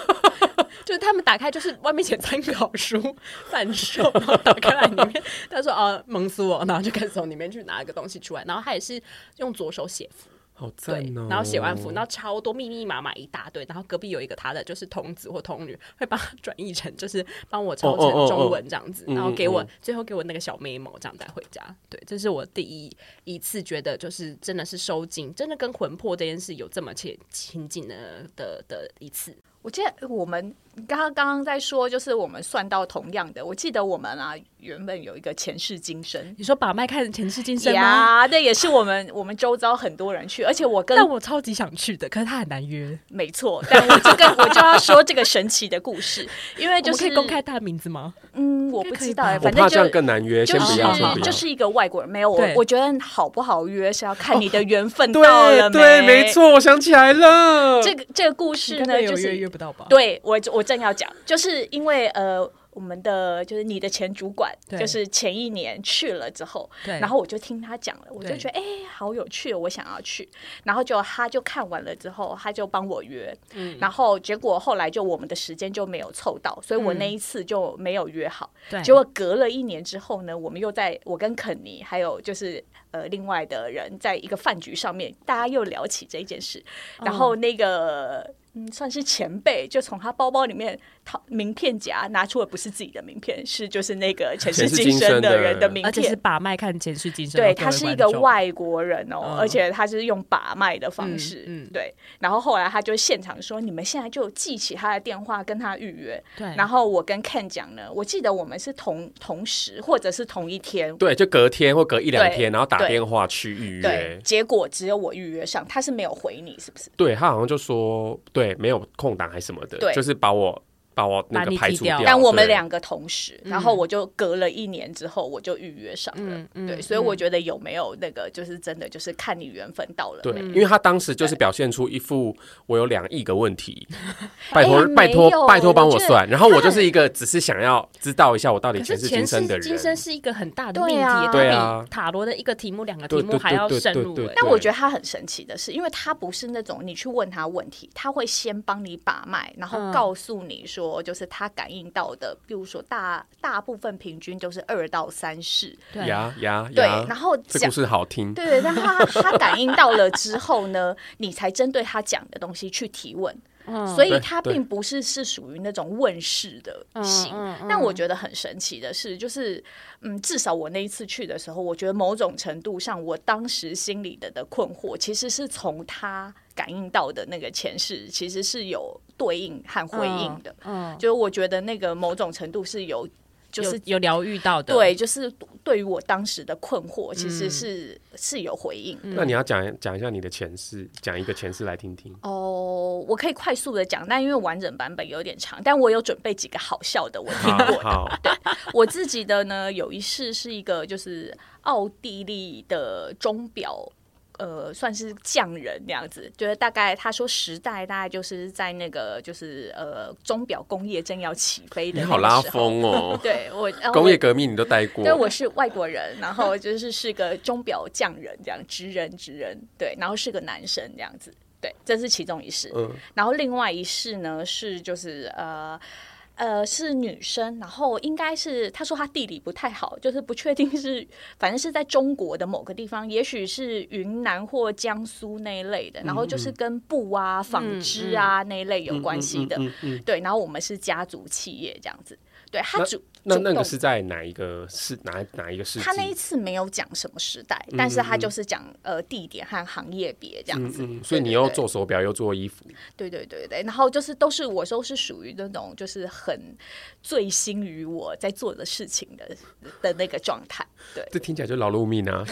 S1: 就是他们打开就是外面写参考书贩售，然后打开来里面，他说啊蒙死我，然后就开始从里面去拿一个东西出来，然后他也是用左手写符，
S3: 好
S1: 对
S3: 赞哦、，
S1: 然后写完符，然后超多密密麻麻一大堆，然后隔壁有一个他的就是童子或童女会帮他转译成就是帮我抄
S3: 哦哦哦
S1: 成
S3: 哦
S1: 中文这样子，
S3: 嗯
S1: 然后给我
S3: 嗯嗯
S1: 最后给我那个小 memo 这样带回家，对，这是我第一一次觉得就是真的是收紧，真的跟魂魄这件事有这么亲亲近的的的一次，
S2: <laughs> 我记得我们刚刚刚刚在说，就是我们算到同样的。我记得我们啊，原本有一个前世今生。
S1: 你说把麦看前世今生吗？
S2: 呀，那也是我们 <laughs> 我们周遭很多人去，而且我 <laughs> 跟
S1: 但我超级想去的，可是他很难约。
S2: 没错，但我这个我就要说这个神奇的故事，因为
S1: 我
S2: 就
S1: 们
S2: 是
S1: 可以公开他的名字吗？
S2: 嗯，我
S1: 应
S2: 不
S1: 该可
S2: 知
S1: 以
S2: 道
S1: 吧
S2: 哎，
S3: 我
S2: 反正
S3: 怕这
S2: 就
S3: 样更难约，
S2: 就
S3: 先不要，
S1: 好
S3: 先
S1: 好
S3: 不
S2: 是
S3: 要。
S2: 就是一个外国人，没有我
S1: 对
S2: 我觉得好不好约是要看你的缘分到了
S3: 对对，没。错，我想起来了。
S2: 这个这个故事
S1: 应
S2: 呢，
S1: 该有
S2: 就
S1: 约
S2: 是
S1: 约不到吧？
S2: 对我我正要讲，就是因为呃。我们的就是你的前主管，
S1: 对
S2: 就是前一年去了之后，
S1: 对
S2: 然后我就听他讲了，我就
S1: 对
S2: 觉得哎、好有趣哦，我想要去。然后就他就看完了之后，他就帮我约，
S1: 嗯
S2: 然后结果后来就我们的时间就没有凑到，所以我
S1: 嗯
S2: 那一次就没有约好。
S1: 对，
S2: 结果隔了一年之后呢，我们又在我跟肯尼还有就是呃另外的人在一个饭局上面，大家又聊起这件事，然后那个。嗯，算是前辈，就从他包包里面掏名片夹拿出了，不是自己的名片，是就是那个前世
S3: 前世今
S2: 生
S3: 生的
S2: 人的名
S1: 而且
S2: 片
S1: 哦是，哦把麦看前世今生，
S2: 对
S1: 各位
S2: 他是一
S1: 观
S2: 个
S1: 众，
S2: 外国人哦，
S1: 嗯
S2: 而且他是用把脉的方
S1: 嗯
S2: 式，
S1: 嗯
S2: 对。然后后来他就现场说：“你们现在就记起他的电话，跟他预约。”
S1: 对，
S2: 然后我跟 Ken 讲呢，我记得我们是同同时或者是同一天。
S3: 对，就隔天或隔一两
S2: 对
S3: 天，然后打
S2: 对
S3: 电话去预
S2: 对
S3: 约，。
S2: 结果只有我预约上，他是没有回你，是不是？
S3: 对他好像就说对没有空档还是什么的
S2: 对，
S3: 就是把我把我那
S1: 把
S3: 个
S1: 你
S3: 排
S1: 踢
S3: 除
S1: 掉
S3: 掉。
S2: 但我们
S3: 对
S2: 两个同时，然后我就隔了一年之后，我就预约上了。
S1: 嗯嗯
S2: 对，所以我觉得有没有那个，就是真的就是看你缘分到了。
S3: 对，因为他当时就是表现出一副我有两亿个
S2: <laughs>
S3: 问题，拜托、
S2: 哎呀
S3: 拜
S2: 没有
S3: 托拜
S2: 我
S3: 托帮
S2: 觉
S3: 我
S2: 得
S3: 算，然后我
S2: 他
S3: 就是一个只是想要知道一下我到底
S1: 可是
S3: 世
S1: 前
S3: 今
S1: 世
S3: 生的人，
S1: 今生是一个很大的
S2: 对
S1: 命题，
S2: 啊
S1: 它
S3: 对啊
S1: 比塔罗的一个题目、两个题
S3: 对
S1: 目
S3: 对
S1: 还
S3: 对
S1: 要
S3: 对
S1: 深
S3: 对
S1: 入、
S3: 对
S1: 欸。
S2: 但我
S3: 对
S2: 觉得他很神奇的是，因为他不是那种你去问他问题，他会先帮你把脉，然后
S1: 嗯
S2: 告诉你说，就是他感应到的，比如说大大部分平均都是二到三世，
S1: 对
S3: 呀呀
S2: 对，
S3: 呀
S2: 然，后
S3: 这
S2: 讲
S3: 故。事好听，
S2: 对，但他他感应到了之后呢，你才针对他讲的东西去提问，
S1: 嗯
S2: 所以
S3: 对
S2: 他
S3: 对
S2: 并不是是属于那种问世的
S1: 嗯
S2: 型。
S1: 嗯
S2: 但我觉得很神奇的是，就是嗯，至少我那一次去的时候，我觉得某种程度上，我当时心里的的困惑，其实是从他感应到的那个前世，其实是有对应和回应的。
S1: 嗯，
S2: 就是我觉得那个某种程度是有，就是
S1: 有有疗愈到的，
S2: 对，就是对于我当时的困惑，其
S3: 嗯
S2: 实是、是有回应的。
S3: 那你要讲讲一下你的前世，讲一个前世来听听。
S2: 哦，我可以快速的讲，但因为完整版本有点长，但我有准备几个好笑的，我听
S3: 好
S2: 过的。 <laughs>
S3: 好，
S2: 我自己的呢，有一世是一个就是奥地利的钟表。呃，算是匠人那样子，就是大概他说时代大概就是在那个就是呃钟表工业正要起飞的那
S3: 你好
S2: 个
S3: 拉
S2: 时候，，
S3: 风哦
S2: 对我然后
S3: 工
S2: 我
S3: 业革命你都待过
S2: 对，，我是外国人，然后就是是个钟表匠人这样，职人职人，对，然后是个男生这样子，对，这是其中一世。
S3: 嗯
S2: 然后另外一世呢是就是呃。呃，是女生，然后应该是她说她地理不太好，就是不确定是，反正是在中国的某个地方，也许是云南或江苏那一类
S3: 嗯
S2: 的，然后就是跟布啊、纺织啊、那一类有关系的，
S3: 嗯嗯嗯嗯
S2: 对。然后我们是家族企业这样子，对，她主
S3: 那
S2: 主
S3: 那个
S2: 动
S3: 是在哪一个世哪哪一个世纪？
S2: 他那一次没有讲什么时代，但是他就是讲呃地点和行业别这样
S3: 嗯
S2: 子。
S3: 嗯，所以
S2: 对
S3: 你
S2: 对
S3: 又
S2: 对
S3: 做手表又做衣服，
S2: 对对对对，然后就是都是我都是属于那种就是很醉心于我在做的事情的的那个状态。对，
S3: 这听起来就劳碌
S1: <laughs>
S3: 命啊！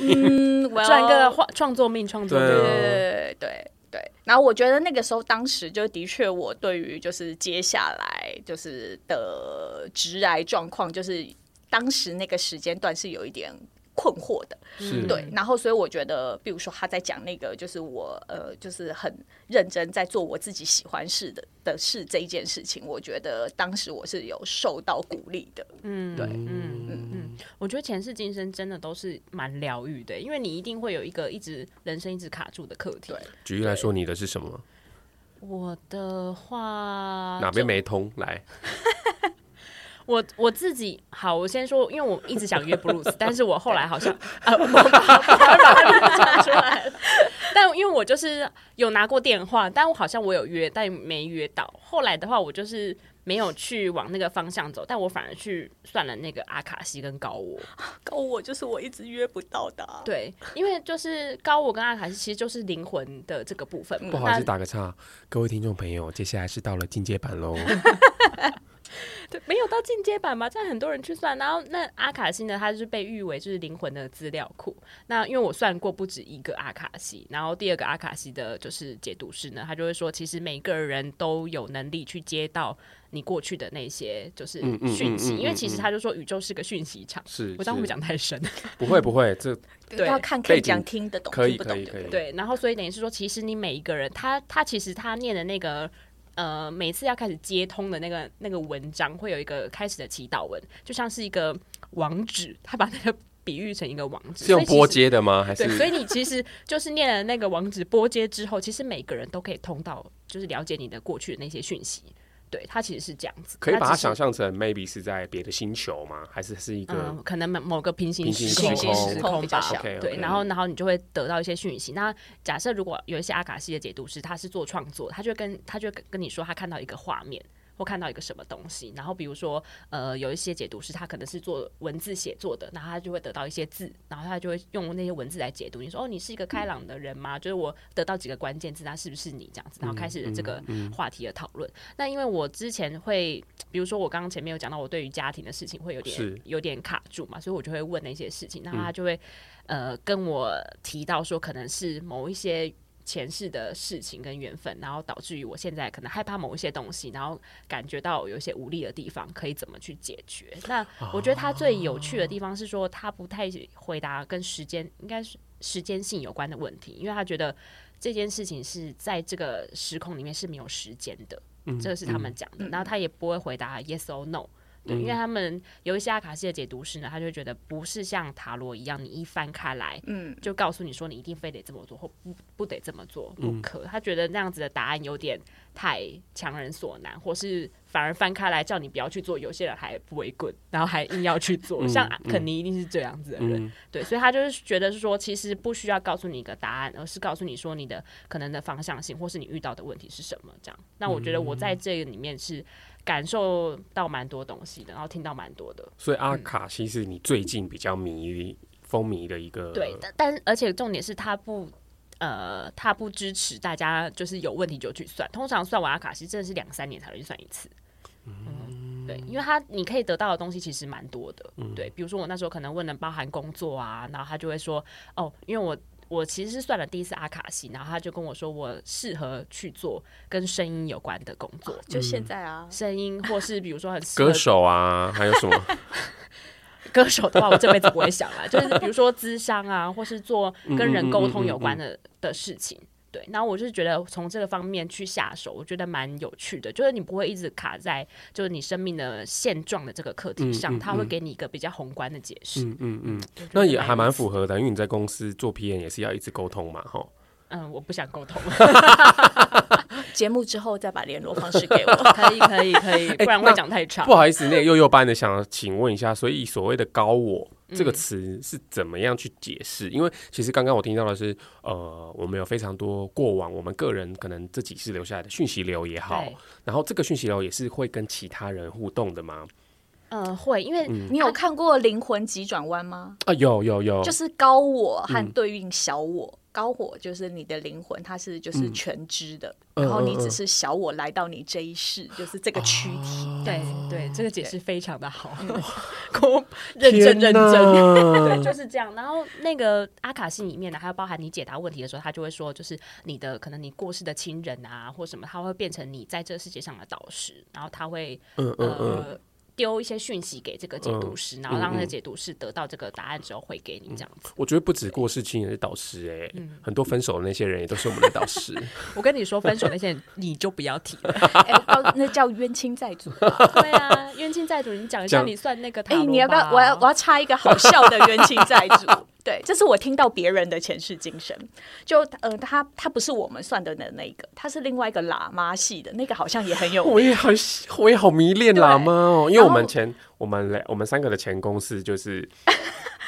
S2: 嗯，
S1: 赚一个画创作命，创作
S3: 对
S1: 命
S3: 啊。
S2: 对对对。然后我觉得那个时候，当时就的确，我对于就是接下来就是的直癌状况，就是当时那个时间段是有一点困惑的。
S3: 是
S1: 嗯
S2: 对，然后所以我觉得，比如说他在讲那个，就是我呃，就是很认真在做我自己喜欢事的的事这一件事情，我觉得当时我是有受到鼓励的。嗯，对，
S1: 我觉得前世今生真的都是蛮疗愈的，因为你一定会有一个一直人生一直卡住的课题
S2: 对。
S3: 举例来说，你的是什么？
S1: 我的话，
S3: 哪边没通？来，
S1: 我我自己好，我先说，因为我一直想约布鲁
S3: <laughs>
S1: 斯，但是我后来好像啊，我把 <laughs> 我把他名字讲出来了。但因为我就是有拿过电话，但我好像我有约，但没约到。后来的话，我就是没有去往那个方向走，但我反而去算了那个阿卡西跟高我。
S2: 高我就是我一直约不到的、啊。
S1: 对，因为就是高我跟阿卡西其实就是灵魂的这个部分嘛。
S3: 不好意
S1: 嗯那
S3: 思打个岔，各位听众朋友，接下来是到了进阶版
S1: <laughs>
S3: 喽。
S1: 对，没有到进阶版吧？这样很多人去算，然后那阿卡西呢，它就是被誉为就是灵魂的资料库。那因为我算过不止一个阿卡西，然后第二个阿卡西的就是解读师呢，他就会说，其实每个人都有能力去接到你过去的那些就是
S3: 嗯嗯
S1: 讯息，
S3: 嗯嗯
S1: 因为其实
S3: 嗯
S1: 他就说宇宙是个讯息场。
S3: 是
S1: 我这样会不会讲太深？
S3: 不会不会，
S1: <laughs>
S3: 这
S1: 对
S2: 要看看
S3: 背景
S2: 讲听得懂
S3: 可以
S2: 听不懂
S3: 可以
S2: 对不
S3: 可以
S2: 对？
S1: 对，然后所以等于是说，其实你每一个人，他他其实他念的那个呃每次要开始接通的那个那个文章，会有一个开始的祈祷文，就像是一个网址，他把那个比喻成一个网址，
S3: 是用
S1: 所以
S3: 波
S1: 其实
S3: 接的吗？还是
S1: 对，所以你其实就是念了那个网址拨接之后，其实每个人都可以通到，就是了解你的过去的那些讯息。对，它其实是这样子。
S3: 可以把它
S1: 只是
S3: 想象成 maybe 是在别的星球吗？还是是一个
S1: 嗯，可能某某个平行
S3: 平行
S1: 时
S3: 时空
S1: 时
S2: 空比较嗯
S1: 吧
S2: 小。
S3: OK，OK
S1: 对，然后然后你就会得到一些讯息。那假设如果有一些阿卡西的解读师，他是做创作，他就会跟他就会跟你说他看到一个画面。或看到一个什么东西，然后比如说，呃，有一些解读师他可能是做文字写作的，然后他就会得到一些字，然后他就会用那些文字来解读。你说哦，你是一个开朗的人吗？就是我得到几个关键字，那是不是你这样子？然后开始这个话题的讨论。那因为我之前会，比如说我刚刚前面有讲到，我对于家庭的事情会有
S3: 是
S1: 点有点卡住嘛，所以我就会问那些事情，那他就会、呃跟我提到说，可能是某一些前世的事情跟缘分，然后导致于我现在可能害怕某一些东西，然后感觉到有一些无力的地方，可以怎么去解决？那我觉得他最有趣的地方是说，他不太回答跟时间应该是时间性有关的问题，因为他觉得这件事情是在这个时空里面是没有时间的，这个是他们讲的。然后他也不会回答 yes or no。对，因为他们有一些阿卡西的解读师呢，他就会觉得不是像塔罗一样，你一翻开来，
S2: 嗯，
S1: 就告诉你说你一定非得这么做或不不得这么做不可。他觉得那样子的答案有点太强人所难，或是反而翻开来叫你不要去做，有些人还不为棍，然后还硬要去做。像肯尼一定是这样子的人，对，所以他就是觉得是说，其实不需要告诉你一个答案，而是告诉你说你的可能的方向性，或是你遇到的问题是什么这样。那我觉得我在这个里面是感受到蛮多东西的，然后听到蛮多的。
S3: 所以阿
S1: 嗯
S3: 卡西是你最近比较迷风靡的一个
S1: 对，但但而且重点是他不。呃，他不支持大家，就是有问题就去算。通常算完阿卡西，真的是两三年才会去算一次。嗯，对，因为他你可以得到的东西其实蛮多的。对，比如说我那时候可能问了包含工作啊，然后他就会说，哦，因为我我其实是算了第一次阿卡西，然后他就跟我说我适合去做跟声音有关的工作，
S2: 就现在啊，
S1: 声音或是比如说很适合
S3: 歌手啊，还有什么？
S1: 歌手的话，我这辈子不会想
S3: <laughs>
S1: 啦。就是比如说咨商啊，或是做跟人沟通有
S3: 嗯
S1: 关的、的事情。对，然后我是觉得从这个方面去下手，我觉得蛮有趣的。就是你不会一直卡在就是你生命的现状的这个课题上，它会给你一个比较宏观的解释。
S3: 嗯嗯嗯，
S1: 我觉得
S3: 那嗯也还
S1: 有
S3: 蛮
S1: 意思
S3: 符合的，因为你在公司做 P N 也是要一直沟通嘛，哈。
S1: 嗯，我不想沟通，
S2: 节目之后再把联络方式给 <laughs> 我。
S1: 可以可以可
S3: <laughs> 哎
S1: 以，不然会讲太长。
S3: 不好意思，那个幼幼班的想请问一下，所以所谓的高我。这个词是怎么样去解释？因为其实刚刚我听到的是，呃，我们有非常多过往我们个人可能这几世留下来的讯息流也好
S1: 对，
S3: 然后这个讯息流也是会跟其他人互动的吗？
S1: 嗯，会，因为
S2: 你有看过《灵魂急转弯》吗？
S3: 啊，有有有，
S2: 就是高我
S3: 嗯
S2: 和对应小我。高我就是你的灵魂，它是就是全知的，
S3: 嗯
S2: 然后你
S3: 嗯嗯
S2: 只是小我来到你这一世，就是这个躯体。
S3: <laughs>
S1: 对对，这个解
S3: 哦
S1: 释非常的好， <laughs> 我认真认真。对，
S3: <laughs> 真。
S1: 就是这样。然后那个阿卡西里面呢，还有包含你解答问题的时候，他就会说，就是你的可能你过世的亲人啊，或什么，他会变成你在这世界上的导师，然后他会
S3: 嗯嗯嗯，
S1: 呃丢一些讯息给这个解读师，然后让那个解读师得到这个答案之后会给
S3: 嗯
S1: 你这样子。
S3: 我觉得不止过世亲人是导师哎、很多分手的那些人也都是我们的导师。
S1: 我跟你说，分手那些你就不要提了。
S2: 哎、高那叫冤亲债
S3: <laughs>
S2: 主。
S1: 对啊，冤亲债主，你讲一下
S3: 讲
S1: 你算那个塔
S2: 哎、
S1: 罗吧
S2: 你要不要？我要我要插一个好笑的冤亲债
S3: <laughs>
S2: 主。对，这是我听到别人的前世今生。就呃，他他不是我们算的那那一个，他是另外一个喇嘛系的那个，好像也很有名
S3: <laughs> 我也好喜，我也好迷恋喇嘛哦，因为
S2: 然
S3: 我
S2: 后
S3: 们前我们来我们三个的前公司就是
S2: <laughs>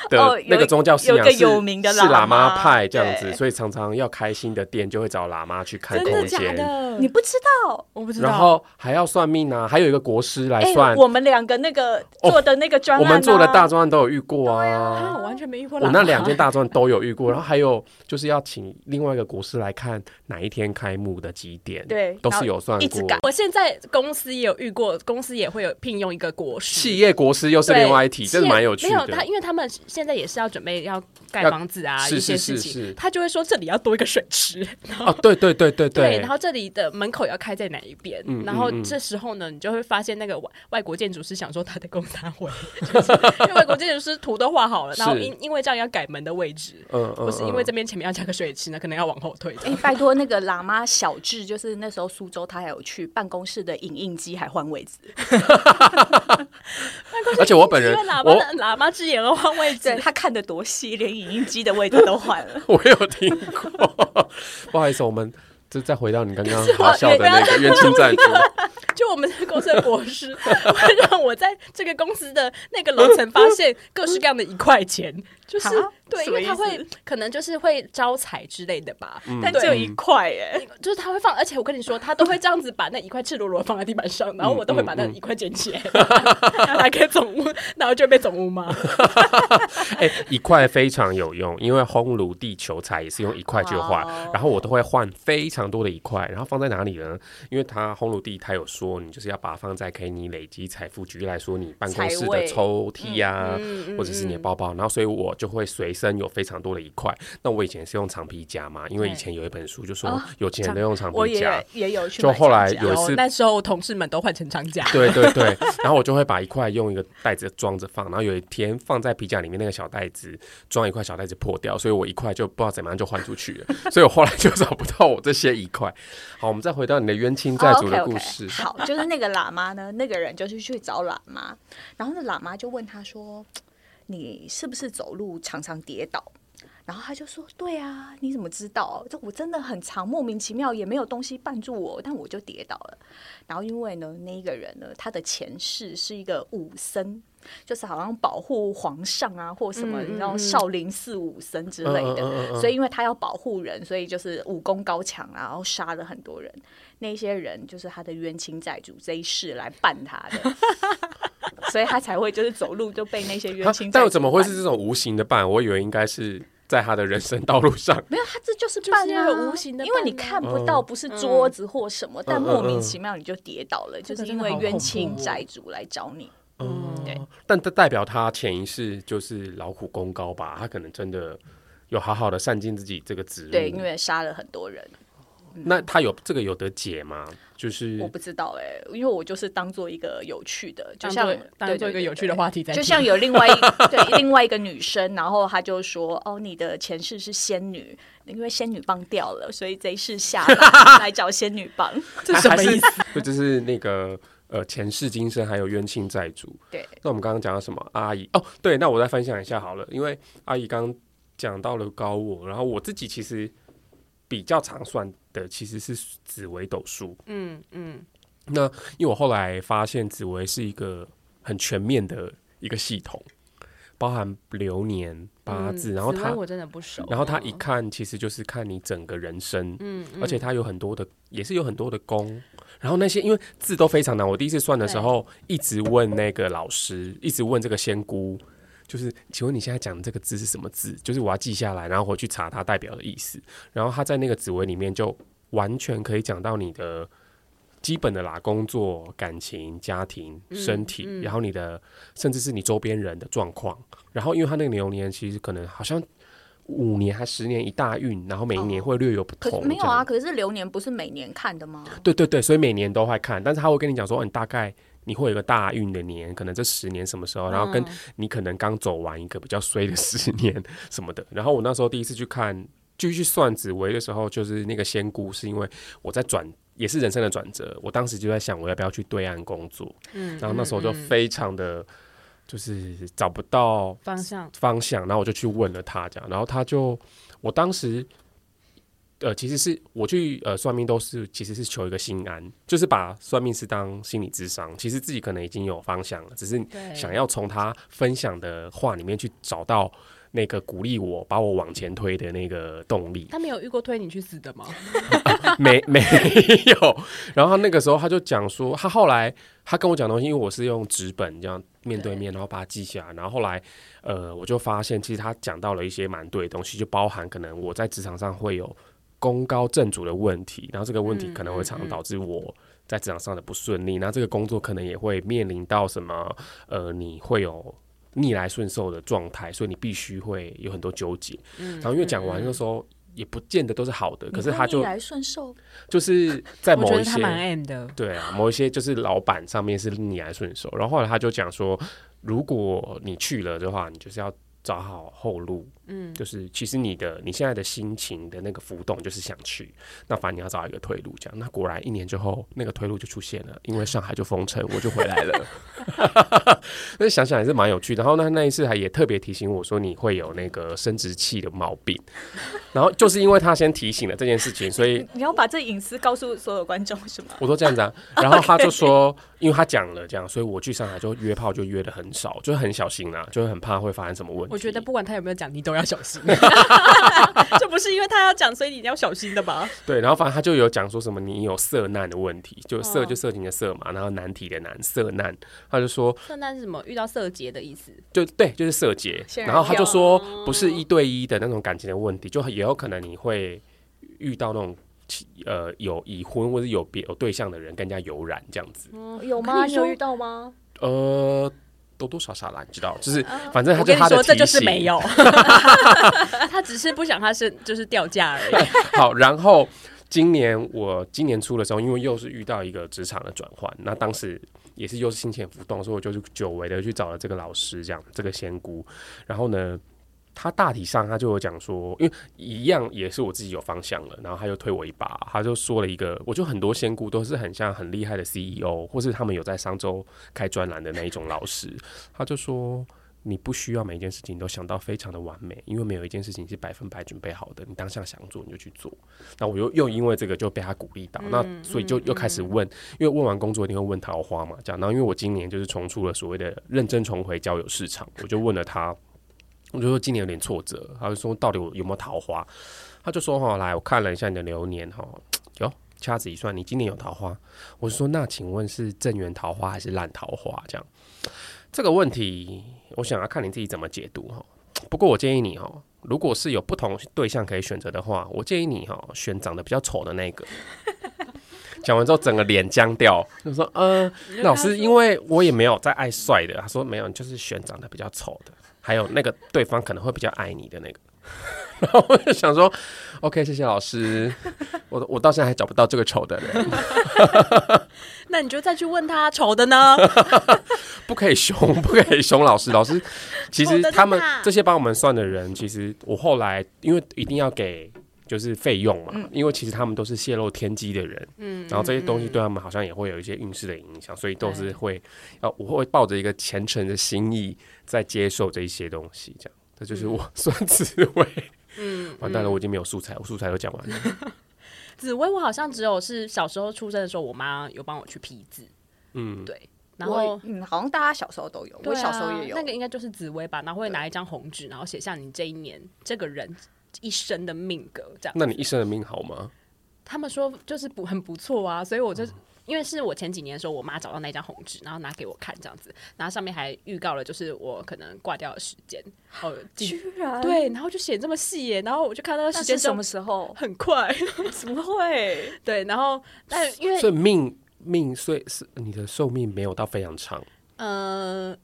S3: 的、
S2: 哦有一
S3: 那个宗教信仰
S2: 有一
S3: 是
S2: 个有名的
S3: 是
S2: 喇嘛
S3: 喇嘛派这样子，
S2: 对
S3: 所以常常要开新的店就会找喇嘛去看
S1: 真
S3: 空
S1: 的假
S3: 间，
S1: 的？
S2: 你不知道？
S1: 我不知道。
S3: 然后还要算命啊，还有一个国师来
S2: 哎、
S3: 算。
S2: 我们两个那个
S3: 哦
S2: 做的那个专
S3: 我
S2: 案、啊
S3: 们做的大专案都有遇过
S1: 啊，我
S3: 啊。
S1: 完全没遇过喇嘛。
S3: 我那两间大专都有遇过，然后还有就是要请另外一个国师来看哪一天开幕的几点，
S2: 对
S3: 都
S2: 然
S3: 是
S2: 后
S3: 有算
S2: 一直
S3: 过。
S2: 改
S1: 我现在公司也有遇过，公司也会有聘用一个国师。
S3: 企业国师又是
S1: 对
S3: 另外一题，
S1: 企
S3: 真的
S1: 业
S3: 蛮有趣
S1: 没有
S3: 的。
S1: 他，因为他们现在也是要准备要盖
S3: 要
S1: 房子啊，
S3: 是
S1: 一些事
S3: 是是是
S1: 情，他就会说这里要多一个水
S3: <laughs>
S1: 池，
S3: 哦，对对对对
S1: 对，然后这里的门口要开在哪一边，
S3: 嗯
S1: 然后
S3: 嗯嗯
S1: 这时候呢，你就会发现那个外外国建筑师想说他在公三
S3: <laughs>
S1: 回，就是因为外国建筑师图都画好了，然后
S3: 是
S1: 因因为这样要改门的位置，
S3: 嗯嗯，
S1: 不是因为
S3: 嗯
S1: 这边前面要加个水池呢，可能要往后退这
S2: 哎、
S1: 样。
S2: 拜托，那个喇嘛小智，就是那时候苏州，他还有去办公室的影印机还换位置，
S3: 而且我本
S1: <laughs>
S3: 人
S1: 因为喇
S3: 我
S1: 嘛的喇嘛之眼要换位
S2: 对
S1: 置，
S2: 他看的多细，连影印机的位置都换
S1: <laughs>
S2: 了。
S3: <laughs> 我有听过， <laughs> 不好意思，我们就再回到你
S1: <laughs>
S3: 刚刚好
S1: 我
S3: 笑的那个冤亲债主，
S1: 就我们这个公司的博
S2: <laughs>
S1: 士会让我在这个公司的那个楼层发现各式各样的一块钱，就是
S2: 哈
S1: 对，
S2: 什
S1: 因
S2: 么
S1: 为他
S2: 意思嗯
S1: 会可能就是会招财之类的吧，
S2: 但只有一块哎、
S1: 就是他会放，而且我跟你说，他都会这样子把那一块赤裸裸放在地板上，
S2: 嗯
S1: 然后我都会把那一块捡起来，拿给总务，然后就被总务骂。
S3: 哎、一块非常有用，因为烘炉地求财也是用一块就换
S2: 哦
S3: 然后我都会换非常多的一块，然后放在哪里呢？因为它烘炉地它有说，你就是要把它放在可以你累积财富，举例来说，你办公室
S2: 财
S3: 的
S2: 位
S3: 抽屉呀、啊
S1: 嗯嗯
S3: 或者是你的包包，然后所以我就会随身有非常多的一块。那我以前是用长皮夹嘛，因为以前有一本书就说有钱人都用长
S2: 哦我
S3: 皮夹
S2: 也，也有去
S3: 就
S2: 买
S3: 后来
S2: 长夹哦
S3: 有一次
S1: 那时候同事们都换成长夹，
S3: 对对对，然后我就会把一块用一个袋子装着放，然后有一天放在皮夹里面那个小袋子装一块小袋子破掉，所以我一块就不知道怎么样就换出去了， <laughs> 所以我后来就找不到我这些一块。好，我们再回到你的冤亲债主的故事。
S2: o k o k <laughs> 好，就是那个喇嘛呢，那个人就是去找喇嘛，然后那喇嘛就问他说：“你是不是走路常常跌倒？”然后他就说：“对啊，你怎么知道？这我真的很常莫名其妙，也没有东西绊住我，但我就跌倒了。然后因为呢，那一个人呢，他的前世是一个武僧，就是好像保护皇上啊，或什么，
S1: 嗯嗯
S2: 你知道
S1: 嗯
S2: 少林寺武僧之类的。
S3: 嗯嗯嗯嗯嗯
S2: 所以因为他要保护人，所以就是武功高强啊，然后杀了很多人。那些人就是他的冤亲债主这一世来办他
S3: <laughs>
S2: 的，所以他才会就是走路就被那些冤
S3: 啊
S2: 亲债主绊。
S3: 但我怎么会是这种无形的伴？我以为应该是在他的人生道路上。
S2: 没有，他这就是
S1: 就是
S2: 办
S1: 一
S2: 啊，
S1: 个无形的
S2: 因为你
S1: 绊啊
S2: 看不到，不是桌子或什么，但
S3: 嗯嗯
S2: 莫名其妙你就跌倒了，
S1: 这
S2: 就
S1: 个
S2: 是
S1: 真
S2: 因
S1: 的
S2: 为
S1: 好
S2: 冤
S1: 恐
S2: 亲
S1: 怖哦
S2: 债主来找你。
S3: 嗯
S2: 对，
S3: 但这代表他潜意识就是劳苦功高吧？他可能真的有好好的善尽自己这个职务。
S2: 对，因为杀了很多人，
S3: 那他有这个有得解吗？就是
S2: 我不知道哎、因为我就是当做一个有趣的，就
S1: 当
S2: 像
S1: 做当做一个有趣的。
S2: 对对对对
S1: 话题在听，
S2: 就像有另外一 <laughs> 对另外一个女生，然后她就说：“哦，你的前世是仙女，因为仙女棒掉了，所以这一世下
S3: <laughs>
S2: 来来找仙女棒。
S1: 这什么
S3: 还是
S1: 意思？
S3: 不 <laughs> 就是那个呃前世今生还有冤亲债主？”
S2: 对，
S3: 那我们刚刚讲到什么？阿姨哦，对，那我再分享一下好了，因为阿姨刚刚讲到了高我，然后我自己其实比较常算的其实是紫微斗数，
S1: 嗯嗯，
S3: 那因为我后来发现紫微是一个很全面的一个系统，包含流年八字，
S1: 嗯
S3: 然后
S1: 紫
S3: 它
S1: 薇我真的不熟，
S3: 然后它一看，其实就是看你整个人生，
S1: 嗯，嗯
S3: 而且它有很多的，也是有很多的宫。然后那些因为字都非常难，我第一次算的时候一直问那个老师，一直问这个仙姑，就是请问你现在讲的这个字是什么字？就是我要记下来，然后回去查它代表的意思。然后它在那个紫微里面就完全可以讲到你的基本的啦，工作、感情、家庭、
S2: 嗯
S3: 身体，然后你的甚至是你周边人的状况。然后因为它那个流年其实可能好像。五年还十年一大运，然后每一年会略有不
S2: <laughs> 哦可
S3: 同、
S2: 是没有
S3: 这样
S2: 啊，可是流年不是每年看的吗？
S3: 对对对，所以每年都会看，但是他会跟你讲说，哦你大概你会有一个大运的年，可能这十年什么时候，然后跟你可能刚走完一个比较衰的十 <laughs> 年什么的。然后我那时候第一次去看，继续算紫薇的时候，就是那个仙姑，是因为我在转。也是人生的转折，我当时就在想，我要不要去对岸工作？
S1: 嗯
S3: 然后那时候就非常的，就是找不到
S1: 方向，
S3: 方向，然后我就去问了他这样，然后他就，我当时，呃，其实是我去呃算命都是其实是求一个心安，就是把算命师当心理智商，其实自己可能已经有方向了，只是
S1: 对
S3: 想要从他分享的话里面去找到那个鼓励我把我往前推的那个动力。
S1: 他没有遇过推你去死的吗？
S3: 没没有。然后他那个时候他就讲说，他后来他跟我讲东西，因为我是用纸本这样面对面，然后把它记下来。然后后来，呃，我就发现其实他讲到了一些蛮对的东西，就包含可能我在职场上会有功高震主的问题，然后这个问题
S1: 嗯
S3: 可能会常
S1: 嗯
S3: 常
S1: 嗯
S3: 导致我。在职场上的不顺利，那这个工作可能也会面临到什么？呃，你会有逆来顺受的状态，所以你必须会有很多纠结。然后因为讲完那时候也不见得都是好的，可是他
S2: 你会
S3: 就
S2: 逆来顺受，
S3: 就是在
S1: 我
S3: 某
S1: 觉
S3: 一
S1: 得他
S3: 些
S1: 蛮 M 的，
S3: 对啊，某一些就是老板上面是逆来顺受，然后后来他就讲说，如果你去了的话，你就是要找好后路。嗯，就是其实你的你现在的心情的那个浮动，就是想去，那反正你要找一个退路。这样，那果然一年之后，那个退路就出现了，因为上海就封城，我就回来
S1: <laughs>
S3: 了。那想想也是蛮有趣的。然后那那一次还也特别提醒我说，你会有那个生殖器的毛病。然后就是因为他先提醒了这件事情，所以
S2: 你要把这隐私告诉所有观众是吗？
S3: 我都这样子啊。然后他就
S1: <laughs>
S3: 说，因为他讲了这样，所以我去上海就约炮就约的很少，就是很小心啦、啊就是很怕会发生什么问题。
S1: 我觉得不管他有没有讲，你都要小心。 <laughs> 这不是因为他要讲，所以你一定要小心的吧？
S3: 对，然后反正他就有讲说什么你有色难的问题，就
S1: 嗯
S3: 色就色情的色嘛，然后难题的难色难，他就说
S1: 圣诞是什么？遇到色劫的意思？
S3: 就对，就是色结。
S2: 显然
S3: 然后他就说不是一对一的那种感情的问题，就也有可能你会遇到那种。呃，有已婚或者有别有对象的人更加有染这样子，
S1: 嗯
S2: 有
S1: 我
S2: 吗？
S1: 跟
S2: 你
S1: 你
S2: 有
S1: 说
S2: 遇到
S1: <laughs>
S2: 吗？
S3: 呃，多多少少啦，你知道，就是反正
S1: 嗯
S3: 他
S1: 我跟
S3: 就
S1: 你
S3: 他的
S1: 说，这
S3: 提
S1: 就是
S3: 醒
S1: 没有。 <laughs> 他只是不想他是就是掉价而
S3: <laughs>
S1: 已。
S3: 好，然后今年我今年初的时候，因为又是遇到一个职场的转换，那当时也是又是心情很浮动，所以我就是久违的去找了这个老师，这样这个仙姑。然后呢，他大体上他就有讲说，因为一样也是我自己有方向了，然后他就推我一把，他就说了一个，我就很多仙姑都是很像很厉害的 CEO，或是他们有在商周开专栏的那一种老师，他就说。你不需要每一件事情都想到非常的完美，因为没有一件事情是百分百准备好的。你当下想做你就去做。那我又又因为这个就被他鼓励到，那所以就又开始问，因为问完工作一定会问桃花嘛，这样。然后因为我今年就是重出了所谓的认真重回交友市场，我就问了他，我就说今年有点挫折，他就说到底我有没有桃花？他就说哦哈，来我看了一下你的流年哈，有。掐指一算，你今年有桃花，我是说，那请问是正缘桃花还是烂桃花？这样这个问题，我想要看你自己怎么解读哈。不过我建议你哦，如果是有不同对象可以选择的话，我建议你哦选长得比较丑的那个。 <laughs> 讲完之后，整个脸僵掉， <laughs> 就说：“呃，老师，因为我也没有在爱帅的。”他说：“没有，你就是选长得比较丑的，还有那个对方可能会比较爱你的那个。” <laughs> 然后我就想说：“OK，谢谢老师，我我到现在还找不到这个丑的人，
S1: 那你就再去问他丑的呢？
S3: 不可以凶，不可以凶老师。 <laughs> 老师，其
S1: 丑
S3: 实
S1: 的在
S3: 他们
S1: 哪
S3: 这些帮我们算的人，其实我后来因为一定要给就是费用嘛，因为其实他们都是泄露天机的人，嗯，然后这些东西对他们好像也会有一些运势的影响，所以都是会要我会抱着一个虔诚的心意在接受这一些东西，这样这就是我算智慧。 <laughs> 嗯，完蛋了，我已经没有素材，我素材都讲完 <laughs> 了。
S1: 紫薇，我好像只有是小时候出生的时候，我妈有帮我去批字。嗯，对。然后
S2: 我嗯，好像大家小时候都有，我
S1: 对啊
S2: 小时候也有
S1: 那。个应该就是紫薇吧？然后会拿一张红纸，然后写下你这一年这个人一生的命格，这样。
S3: 那你一生的命好吗？
S1: 他们说就是不很不错啊，所以我
S3: 嗯
S1: 就、因为是我前几年的时候，我妈找到那张红纸，然后拿给我看这样子，然后上面还预告了就是我可能挂掉的时间，哦，几
S2: 居然，
S1: 对，然后就写这么细耶，然后我就看到时
S2: 那
S1: 间
S2: 是什
S1: 就
S2: 么时候？
S1: 很
S3: <laughs>
S1: 快，
S2: 怎么会？
S1: 对，然后但因为
S3: 所以命命，所以是你的寿命没有到非常长。
S1: 呃，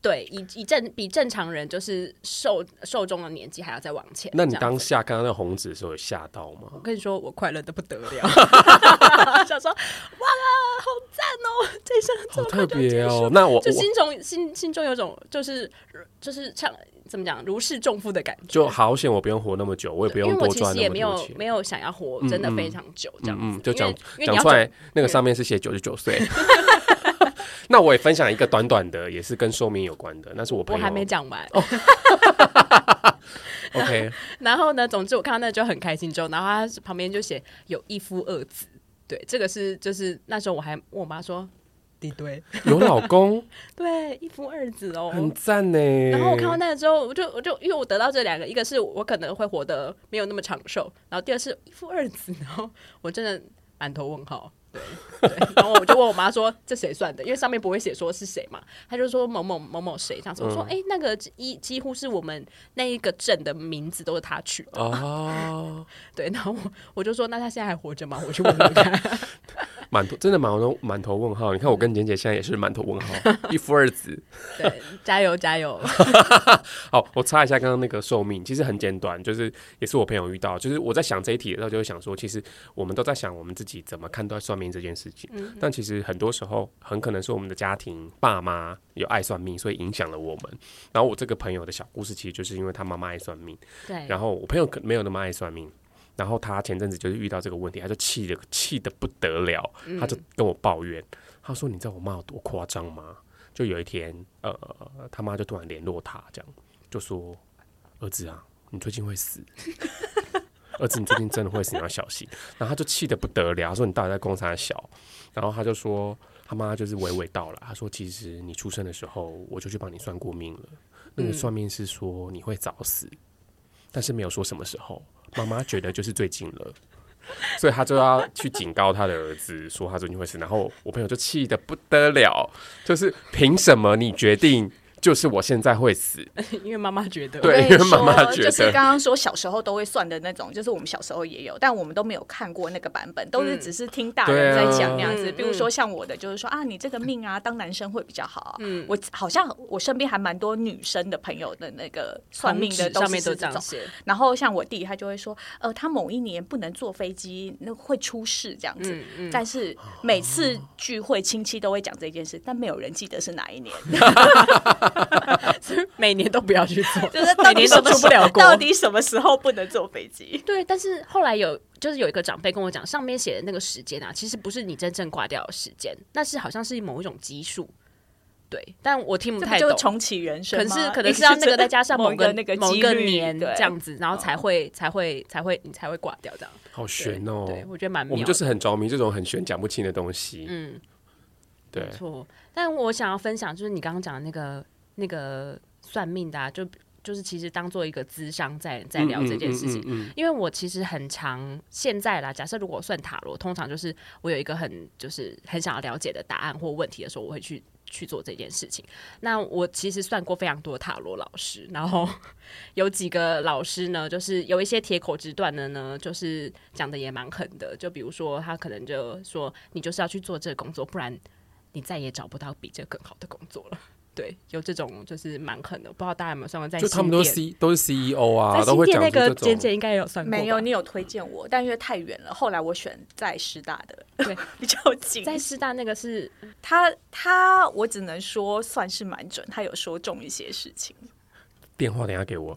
S1: 对，以以正比正常人就是寿寿终的年纪还要再往前，
S3: 那你
S1: 这样
S3: 当
S1: 子
S3: 下看到那红纸的时候有吓到吗
S1: 我？跟你说，我快乐的不得
S3: <laughs>
S1: 了，想说哇，好赞哦！这一生这
S3: 好
S1: 么
S3: 特
S1: 快就结
S3: 别
S1: 束
S3: 哦！那我
S1: 就
S3: 我
S1: 心中心心中有种就是就是像怎么讲如释重负的感觉，啊
S3: 就好险，我不用活那么久，我也不
S1: 因
S3: 用
S1: 为我
S3: 多
S1: 其实
S3: 赚
S1: 也
S3: 那么
S1: 没有
S3: 多钱。
S1: 没有想要活真的非常久这样
S3: 嗯
S1: 子，
S3: 嗯，就
S1: 因为
S3: 讲
S1: 因为你
S3: 讲
S1: 要
S3: 出来，那个
S1: 对
S3: 上面是写九十九岁。 <laughs> 那我也分享一个短短的，也是跟寿命有关的，那是我朋
S1: 我
S3: 友。
S1: 还没讲
S3: 哦
S1: 完，
S3: OK，
S1: <laughs> 然后呢，总之我看到那就很开心，之后然后他旁边就写有一夫二子，对，这个是就是那时候我还问我妈说，对对 <laughs>
S3: <laughs> 有老公，
S1: 对，一夫二子哦，
S3: 很赞呢。
S1: 然后我
S2: 嗯
S1: 看到那个之后，我就我就因为我得到这两个，一个是我可能会活得没有那么长寿，然后第二是一夫二子，然后我真的满头问号。对，对然后我就问我妈说这谁算的？因为上面不会写说是谁嘛，她就说某某某某谁这样子。我说
S2: 嗯
S1: 哎、诶那个一几乎是我们那一个镇的名字都是他取的。
S3: 哦，
S1: 对，然后我我就说那他现在还活着吗？我去问问看。
S3: 满头真的满头满头问号。你看我跟简姐现在也是满头问号，
S1: <laughs>
S3: 一夫二子。
S1: 对，加油
S2: <laughs>
S1: 加油！
S3: 好，哦我插一下刚刚那个寿命，其实很简短，就是也是我朋友遇到，就是我在想这一题的时候，就会想说，其实我们都在想我们自己怎么看待算命这件事情。但其实很多时候，很可能是我们的家庭爸妈有爱算命，所以影响了我们。然后我这个朋友的小故事，其实就是因为他妈妈爱算命，
S1: 对，
S3: 然后我朋友可没有那么爱算命，然后他前阵子就是遇到这个问题，他就气的气的不得了，他就跟我抱怨，他说：“你知道我妈有多夸张吗？”就有一天，呃，他妈就突然联络他，这样就说：“儿子啊，你最近会死。” <laughs> 儿子，你最近真的会死，你要小心。然后他就气得不得了，他说你到底在公啥小？然后他就说他妈就是娓娓道来，他说其实你出生的时候我就去帮你算过命了，那个算命是说你会早死，但是没有说什么时候。妈妈觉得就是最近了。所以他就要去警告他的儿子，说他最近会死。然后我朋友就气得不得了，就是凭什么你决定就是我现在会死？
S1: 因为妈妈觉得
S3: 对
S2: 我跟你
S3: 因为妈妈
S2: 说
S3: 觉
S2: 就是
S3: 得
S2: 刚刚说小时候都会算的那种，就是我们小时候也有，但我们都没有看过那个版本，都是只是听大人在讲那样子。
S1: 嗯对啊
S2: 比如说像我的，就是说啊，你这个命啊，当男生会比较好。嗯，我好像我身边还蛮多女生的朋友的那个算命的
S1: 红纸上面
S2: 是
S1: 都
S2: 这
S1: 这
S2: 种
S1: 样。写，
S2: 然后像我弟，他就会说，呃，他某一年不能坐飞机，那会出事这样子。
S1: 嗯
S2: 但是每次聚会，亲戚都会讲这件事，但没有人记得是哪
S1: <laughs>
S2: 一年。
S1: 每年都不要去做，
S2: <laughs> 就是到
S1: 每
S2: 底
S1: 年
S2: 什
S1: 都
S2: 么
S1: 出
S2: 时
S1: 不了
S2: 候，
S1: 国。
S2: 到底什么时候不能坐飞机？
S1: 对，但是后来有就是有一个长辈跟我讲，上面写的那个时间啊，其实不是你真正挂掉的时间，那是好像是某一种基数。对，但我听不
S2: 这
S1: 太
S2: 不就
S1: 懂
S2: 是。重启人生
S1: 可
S2: 吗？
S1: 是
S2: <laughs>
S1: 可能是要那个再加上
S2: 某
S1: 某
S2: 一
S1: 个
S2: 那个
S1: 某
S2: 几
S1: 个
S2: 率
S1: 年
S2: 对哦
S1: 这样子，然后才会才会才会你才会挂掉这样。
S3: 好悬哦！
S1: 对，我觉得蛮
S3: 我
S1: 妙
S3: 们
S1: 的。
S3: 就是很着迷这种很悬、讲不清的东西。
S1: 嗯，
S3: 对
S1: 没，错。但我想要分享就是你刚刚讲的那个那个算命的、啊，就就是其实当做一个咨商在在聊这件事情。
S3: 嗯嗯嗯嗯
S1: 因为我其实很常现在啦，假设如果我算塔罗，通常就是我有一个很就是很想要了解的答案或问题的时候，我会去去做这件事情。那我其实算过非常多塔罗老师，然后有几个老师呢，就是有一些铁口直断的呢，就是讲的也蛮狠的。就比如说他可能就说你就是要去做这个工作，不然你再也找不到比这更好的工作了。对，有这种就是蛮狠的，不知道大家有没有算过在
S3: 就他们都
S1: 新
S3: 是
S1: 店
S3: C 都是 CEO 啊，
S1: 在
S3: 都
S1: 新
S3: 会
S1: 店
S3: 讲
S1: 那个
S3: 出这
S1: 简
S3: 种。
S1: 简应该也有算过吧，
S2: 没有，你有推荐我，但因为太远了，后来我选在师大的，
S1: 对，
S2: <laughs> 比较近。
S1: 在师大那个是
S2: 他他，我只能说算是蛮准，他有说中一些事情。
S3: 电话等一下给我。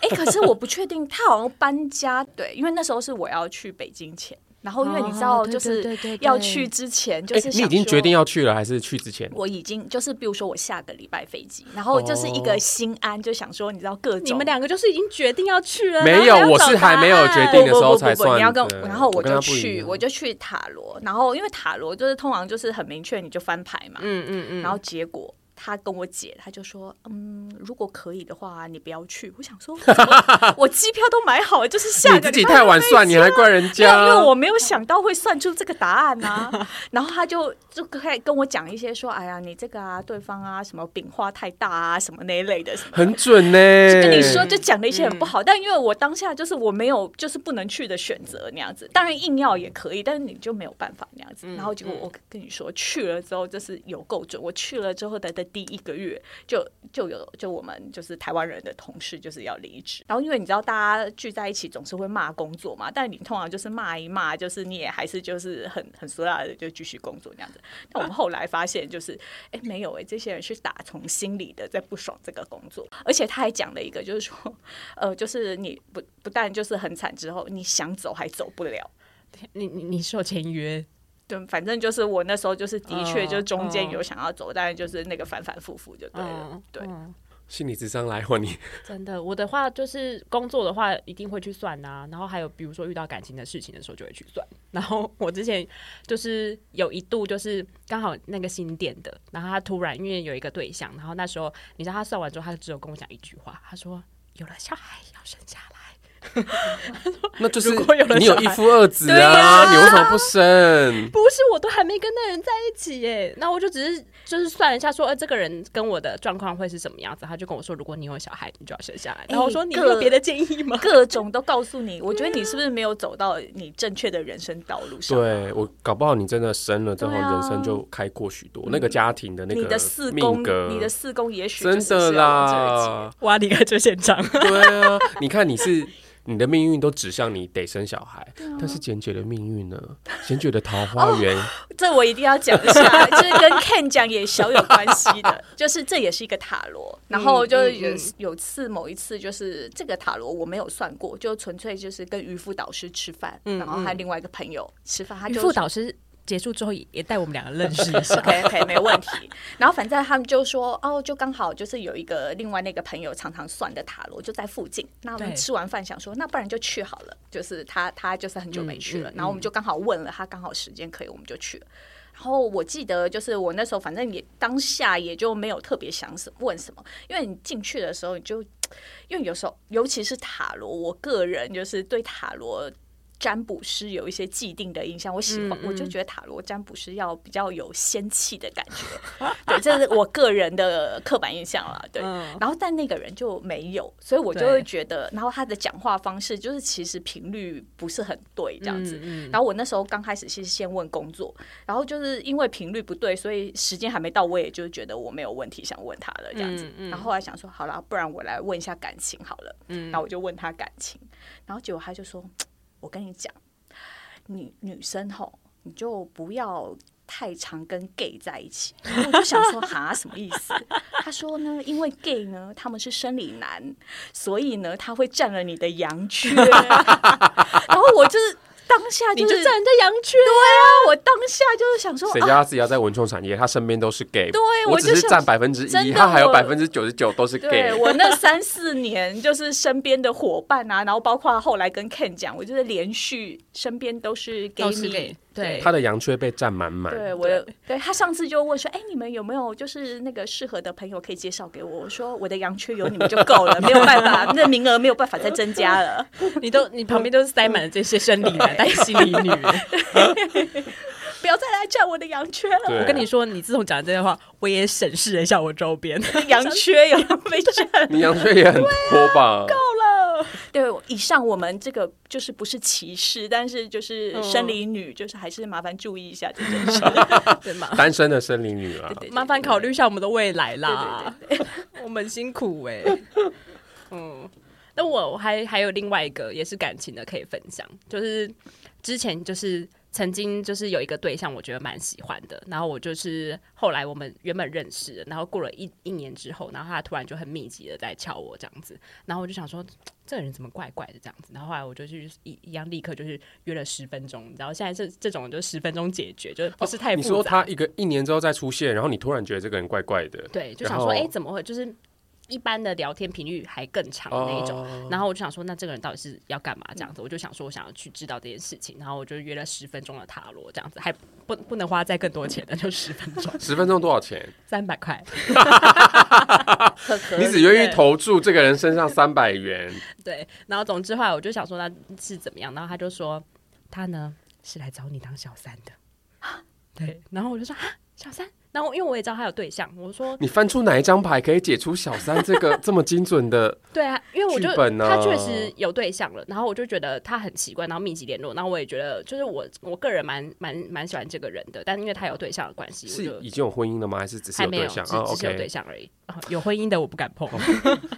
S2: 哎、可是我不确定，他好像搬家，对，因为那时候是我要去北京前，然后因为你知道，
S1: 哦对
S2: 就是
S1: 对对对对
S2: 要去之前，就
S3: 哎，
S2: 是
S3: 你
S2: 想
S3: 已经
S2: 说
S3: 决定要去了，还是去之前？
S2: 我已经就是，比如说我下个礼拜飞机，然后就是一
S3: 哦
S2: 个心安，就想说，你知道各种
S1: 你们两个就是已经决定要去了，
S3: 没
S1: 然
S3: 有
S1: 后还要
S3: 我是
S1: 找答案
S3: 还没有决定
S2: 不不
S3: 的时
S2: 不
S3: 候
S2: 不
S3: 才
S2: 不，
S3: 算
S2: 你要跟，
S3: 对
S2: 然后
S3: 我
S2: 我
S3: 跟他
S2: 就
S3: 不一
S2: 去，
S3: 样
S2: 我就去塔罗，然后因为塔罗就是通常就是很明确，你就翻牌嘛。
S1: 嗯嗯嗯，
S2: 然后结果他跟我姐，他就说，嗯，如果可以的话，你不要去。我想说， <laughs> 怎么我机票都买好了，就是下
S3: 你
S2: 个
S3: 自
S2: 礼
S3: 己
S2: 拜
S3: 太晚啊算，你还怪人
S2: 没有，
S3: 家？
S2: 因为我没有想到会算出这个答案啊。然后他就就开始跟我讲一些说，哎呀，你这个啊，对方啊，什么饼画太大啊，什么那一类的什么的。
S3: 很准呢。
S2: 就跟你说，就讲了一些很不好，但因为我当下就是我没有，就是不能去的选择那样子。当然硬要也可以，但是你就没有办法那样子。然后结果我跟你说，去了之后就是有够准。我去了之后的的第一个月，就就有就我们就是台湾人的同事就是要离职，然后因为你知道大家聚在一起总是会骂工作嘛，但你通常就是骂一骂，就是你也还是就是很很俗辣的就继续工作那样子。但我们后来发现就是哎、没有哎、这些人是打从心里的在不爽这个工作，而且他还讲了一个，就是说，呃， <laughs> 就是你不不但就是很惨之后，你想走还走不了。
S1: 你你你是有签约，
S2: 对，反正就是我那时候就是的确
S1: 哦
S2: 就中间
S1: 哦
S2: 有想要走，但是就是那个反反复复就对了。
S1: 嗯，
S2: 对
S1: 嗯
S3: 心理智商来换
S2: <laughs>
S3: 你。
S1: 真的，我的话就是工作的话一定会去算啊，然后还有比如说遇到感情的事情的时候就会去算。然后我之前就是有一度就是刚好那个新店的，然后他突然因为有一个对象，然后那时候你知道他算完之后，他只有跟我讲一句话，他说有了小孩要生下来，
S3: 那就是
S1: 如果有了
S3: 你
S1: 小
S3: 有
S1: 孩
S3: 一夫二子
S1: 对
S3: 啊，
S1: 啊
S3: 你为什么不生？
S1: 不是，我都还没跟那人在一起耶。那我就只是就是算了一下说，呃，这个人跟我的状况会是什么样子？他就跟我说，如果你有小孩，你就要生下来。然后我说，你
S2: 各
S1: 有别的建议吗？ <laughs>
S2: 各种都告诉你，我觉得你是不是没有走到你正确的人生道路上？
S3: 对我搞不好你真的生了之后，
S2: 对啊嗯
S3: 人生就开阔许多。那个家庭的那
S2: 你
S3: 个
S2: 的四
S3: 命
S2: 宫
S3: 格，，
S2: 你的四宫也许
S3: 真
S2: 就是
S3: 的
S2: 是要往这儿
S3: 啦，
S1: 哇，离开这现 <laughs> 场，
S3: 对啊，你看你是你的命运都指向你得生小孩，
S2: 啊
S3: 但是简姐的命运呢？简姐的桃花源，
S2: 骑这我一定要讲一下， <laughs> 就是跟 Ken 讲也小有关系的， <laughs> 就是这也是一个塔罗。然后就有、
S1: 嗯嗯
S2: 有次某一次，就是这个塔罗我没有算过，就纯粹就是跟渔夫导师吃饭，
S1: 嗯
S2: 然后还有另外一个朋友吃饭，他
S1: 渔
S2: 就
S1: 夫导师结束之后也带我们两个认识一 <laughs> 下。
S2: OK OK 没问题。然后反正他们就说，哦，就刚好就是有一个另外那个朋友常常算的塔罗就在附近。那我们
S1: 对
S2: 吃完饭想说，那不然就去好了。就是他他就是很久没去了，
S1: 嗯嗯
S2: 然后我们就刚好问了他，刚好时间可以，我们就去了。然后我记得就是我那时候反正也当下也就没有特别想什么问什么，因为你进去的时候你就，因为有时候尤其是塔罗，我个人就是对塔罗。占卜师有一些既定的印象，我喜欢，
S1: 嗯
S2: 我就觉得塔罗占卜师要比较有仙气的感觉， <laughs> 对，这是我个人的刻板印象啦，对。
S1: 嗯
S2: 然后但那个人就没有，所以我就
S1: 对
S2: 会觉得，然后他的讲话方式就是其实频率不是很对，这样子。
S1: 嗯嗯
S2: 然后我那时候刚开始是先问工作，然后就是因为频率不对，所以时间还没到，我也就是觉得我没有问题想问他了这样子。
S1: 嗯嗯
S2: 然后后来想说，好啦，不然我来问一下感情好了。嗯，然后我就问他感情，然后结果他就说：“我跟你讲，女女生吼，你就不要。”太常跟 gay 在一起，然后我就想说哈什么意思？ <laughs> 他说呢，因为 gay 呢他们是生理男，所以呢他会占了你的阳
S1: <laughs>
S2: 缺，然后我就是当下
S1: 你
S2: 就
S1: 就是站人家啊羊圈，
S2: 我当下就是想说
S3: <laughs> 谁
S2: 啊，
S3: 叫他自己要在文创产业，他身边都是 gay，
S2: 对
S3: 我
S2: 我
S3: 只
S2: 就是
S3: 占百分之
S2: 真
S3: 一，
S2: 的
S3: 他还有
S2: 我
S3: 百分之九十九都是 gay
S2: 对。我那三四年就是身边的伙伴啊，然后包括后来跟 Ken 讲，我就是连续身边都是 gay
S1: 都是
S2: 蜜
S1: gay，对
S2: 对。
S3: 他的羊缺被占满满，
S2: 对，我对他上次就问说，哎，你们有没有就是那个适合的朋友可以介绍给我？我说我的羊缺有你们就够了，没有办 <laughs> 法，那名额没有办法再增加 <laughs> 了。
S1: 你都你旁边都是塞满了这些生理男、但心理 <laughs> 女人。
S2: 不要再来占我的羊缺了，
S3: 对
S1: 我跟
S2: <laughs>
S1: 你说，你自从讲了这些话，我也审视了一下我周边。
S2: 我的羊缺有没有 <laughs> 被占
S3: 你羊缺也很多吧？
S2: 对，以上我们这个就是不是歧视，但是就是生理女，就是还是麻烦注意一下这件 <laughs> 事。
S1: 对吗？ <laughs>
S3: 单身的森林女啊，
S2: 对
S1: 麻烦考虑一下我们的未来啦。 <laughs> 我们辛
S2: <laughs>
S1: 苦哎、嗯，那我还还有另外一个也是感情的可以分享，就是之前就是曾经就是有一个对象，我觉得蛮喜欢的，然后我就是后来我们原本认识的，然后过了一一年之后，然后他突然就很密集的在敲我这样子，然后我就想说这个人怎么怪怪的这样子，然后后来我就去一一样立刻就是约了十分钟，然后现在这这种就十分钟解决，就是不是太
S3: 你
S1: 复杂。
S3: 说他一个一年之后再出现，然后你突然觉得这个人怪怪的，
S1: 对，就
S3: 然
S1: 想说，
S3: 后
S1: 哎、怎么会？就是一般的聊天频率还更长的那一种。
S3: 哦嗯
S1: 然后我就想说，那这个人到底是要干嘛？这样子，我就想说，我想要去知道这件事情。然后我就约了十分钟的塔罗，这样子还不不能花再更多钱的，就十分钟
S3: 十分钟多少钱？
S1: 三百块。
S3: 你只愿意投注这个人身上三百元，
S1: 对，然后总之后来我就想说他是怎么样，然后他就说他呢是来找你当小三的。 <gasps> 对，然后我就说啊，小三。然后因为我也知道他有对象，我说
S3: 你翻出哪一张牌可以解出小三这
S1: <laughs>
S3: 个这么精准的？
S1: 对啊，因为我就、
S3: 剧本啊
S1: 他确实有对象了，然后我就觉得他很奇怪，然后密集联络，然后我也觉得就是我我个人蛮蛮蛮喜欢这个人的，但因为他有对象的关系，我
S3: 是
S1: 就
S3: 已经有婚姻了吗？还是只是
S1: 还
S3: 有
S1: 没有，
S3: 对
S1: 只
S3: 象？啊
S1: 只是有对
S3: ，OK，
S1: 象而已、啊 <laughs> 有婚姻的我不敢
S3: <laughs>
S1: 碰。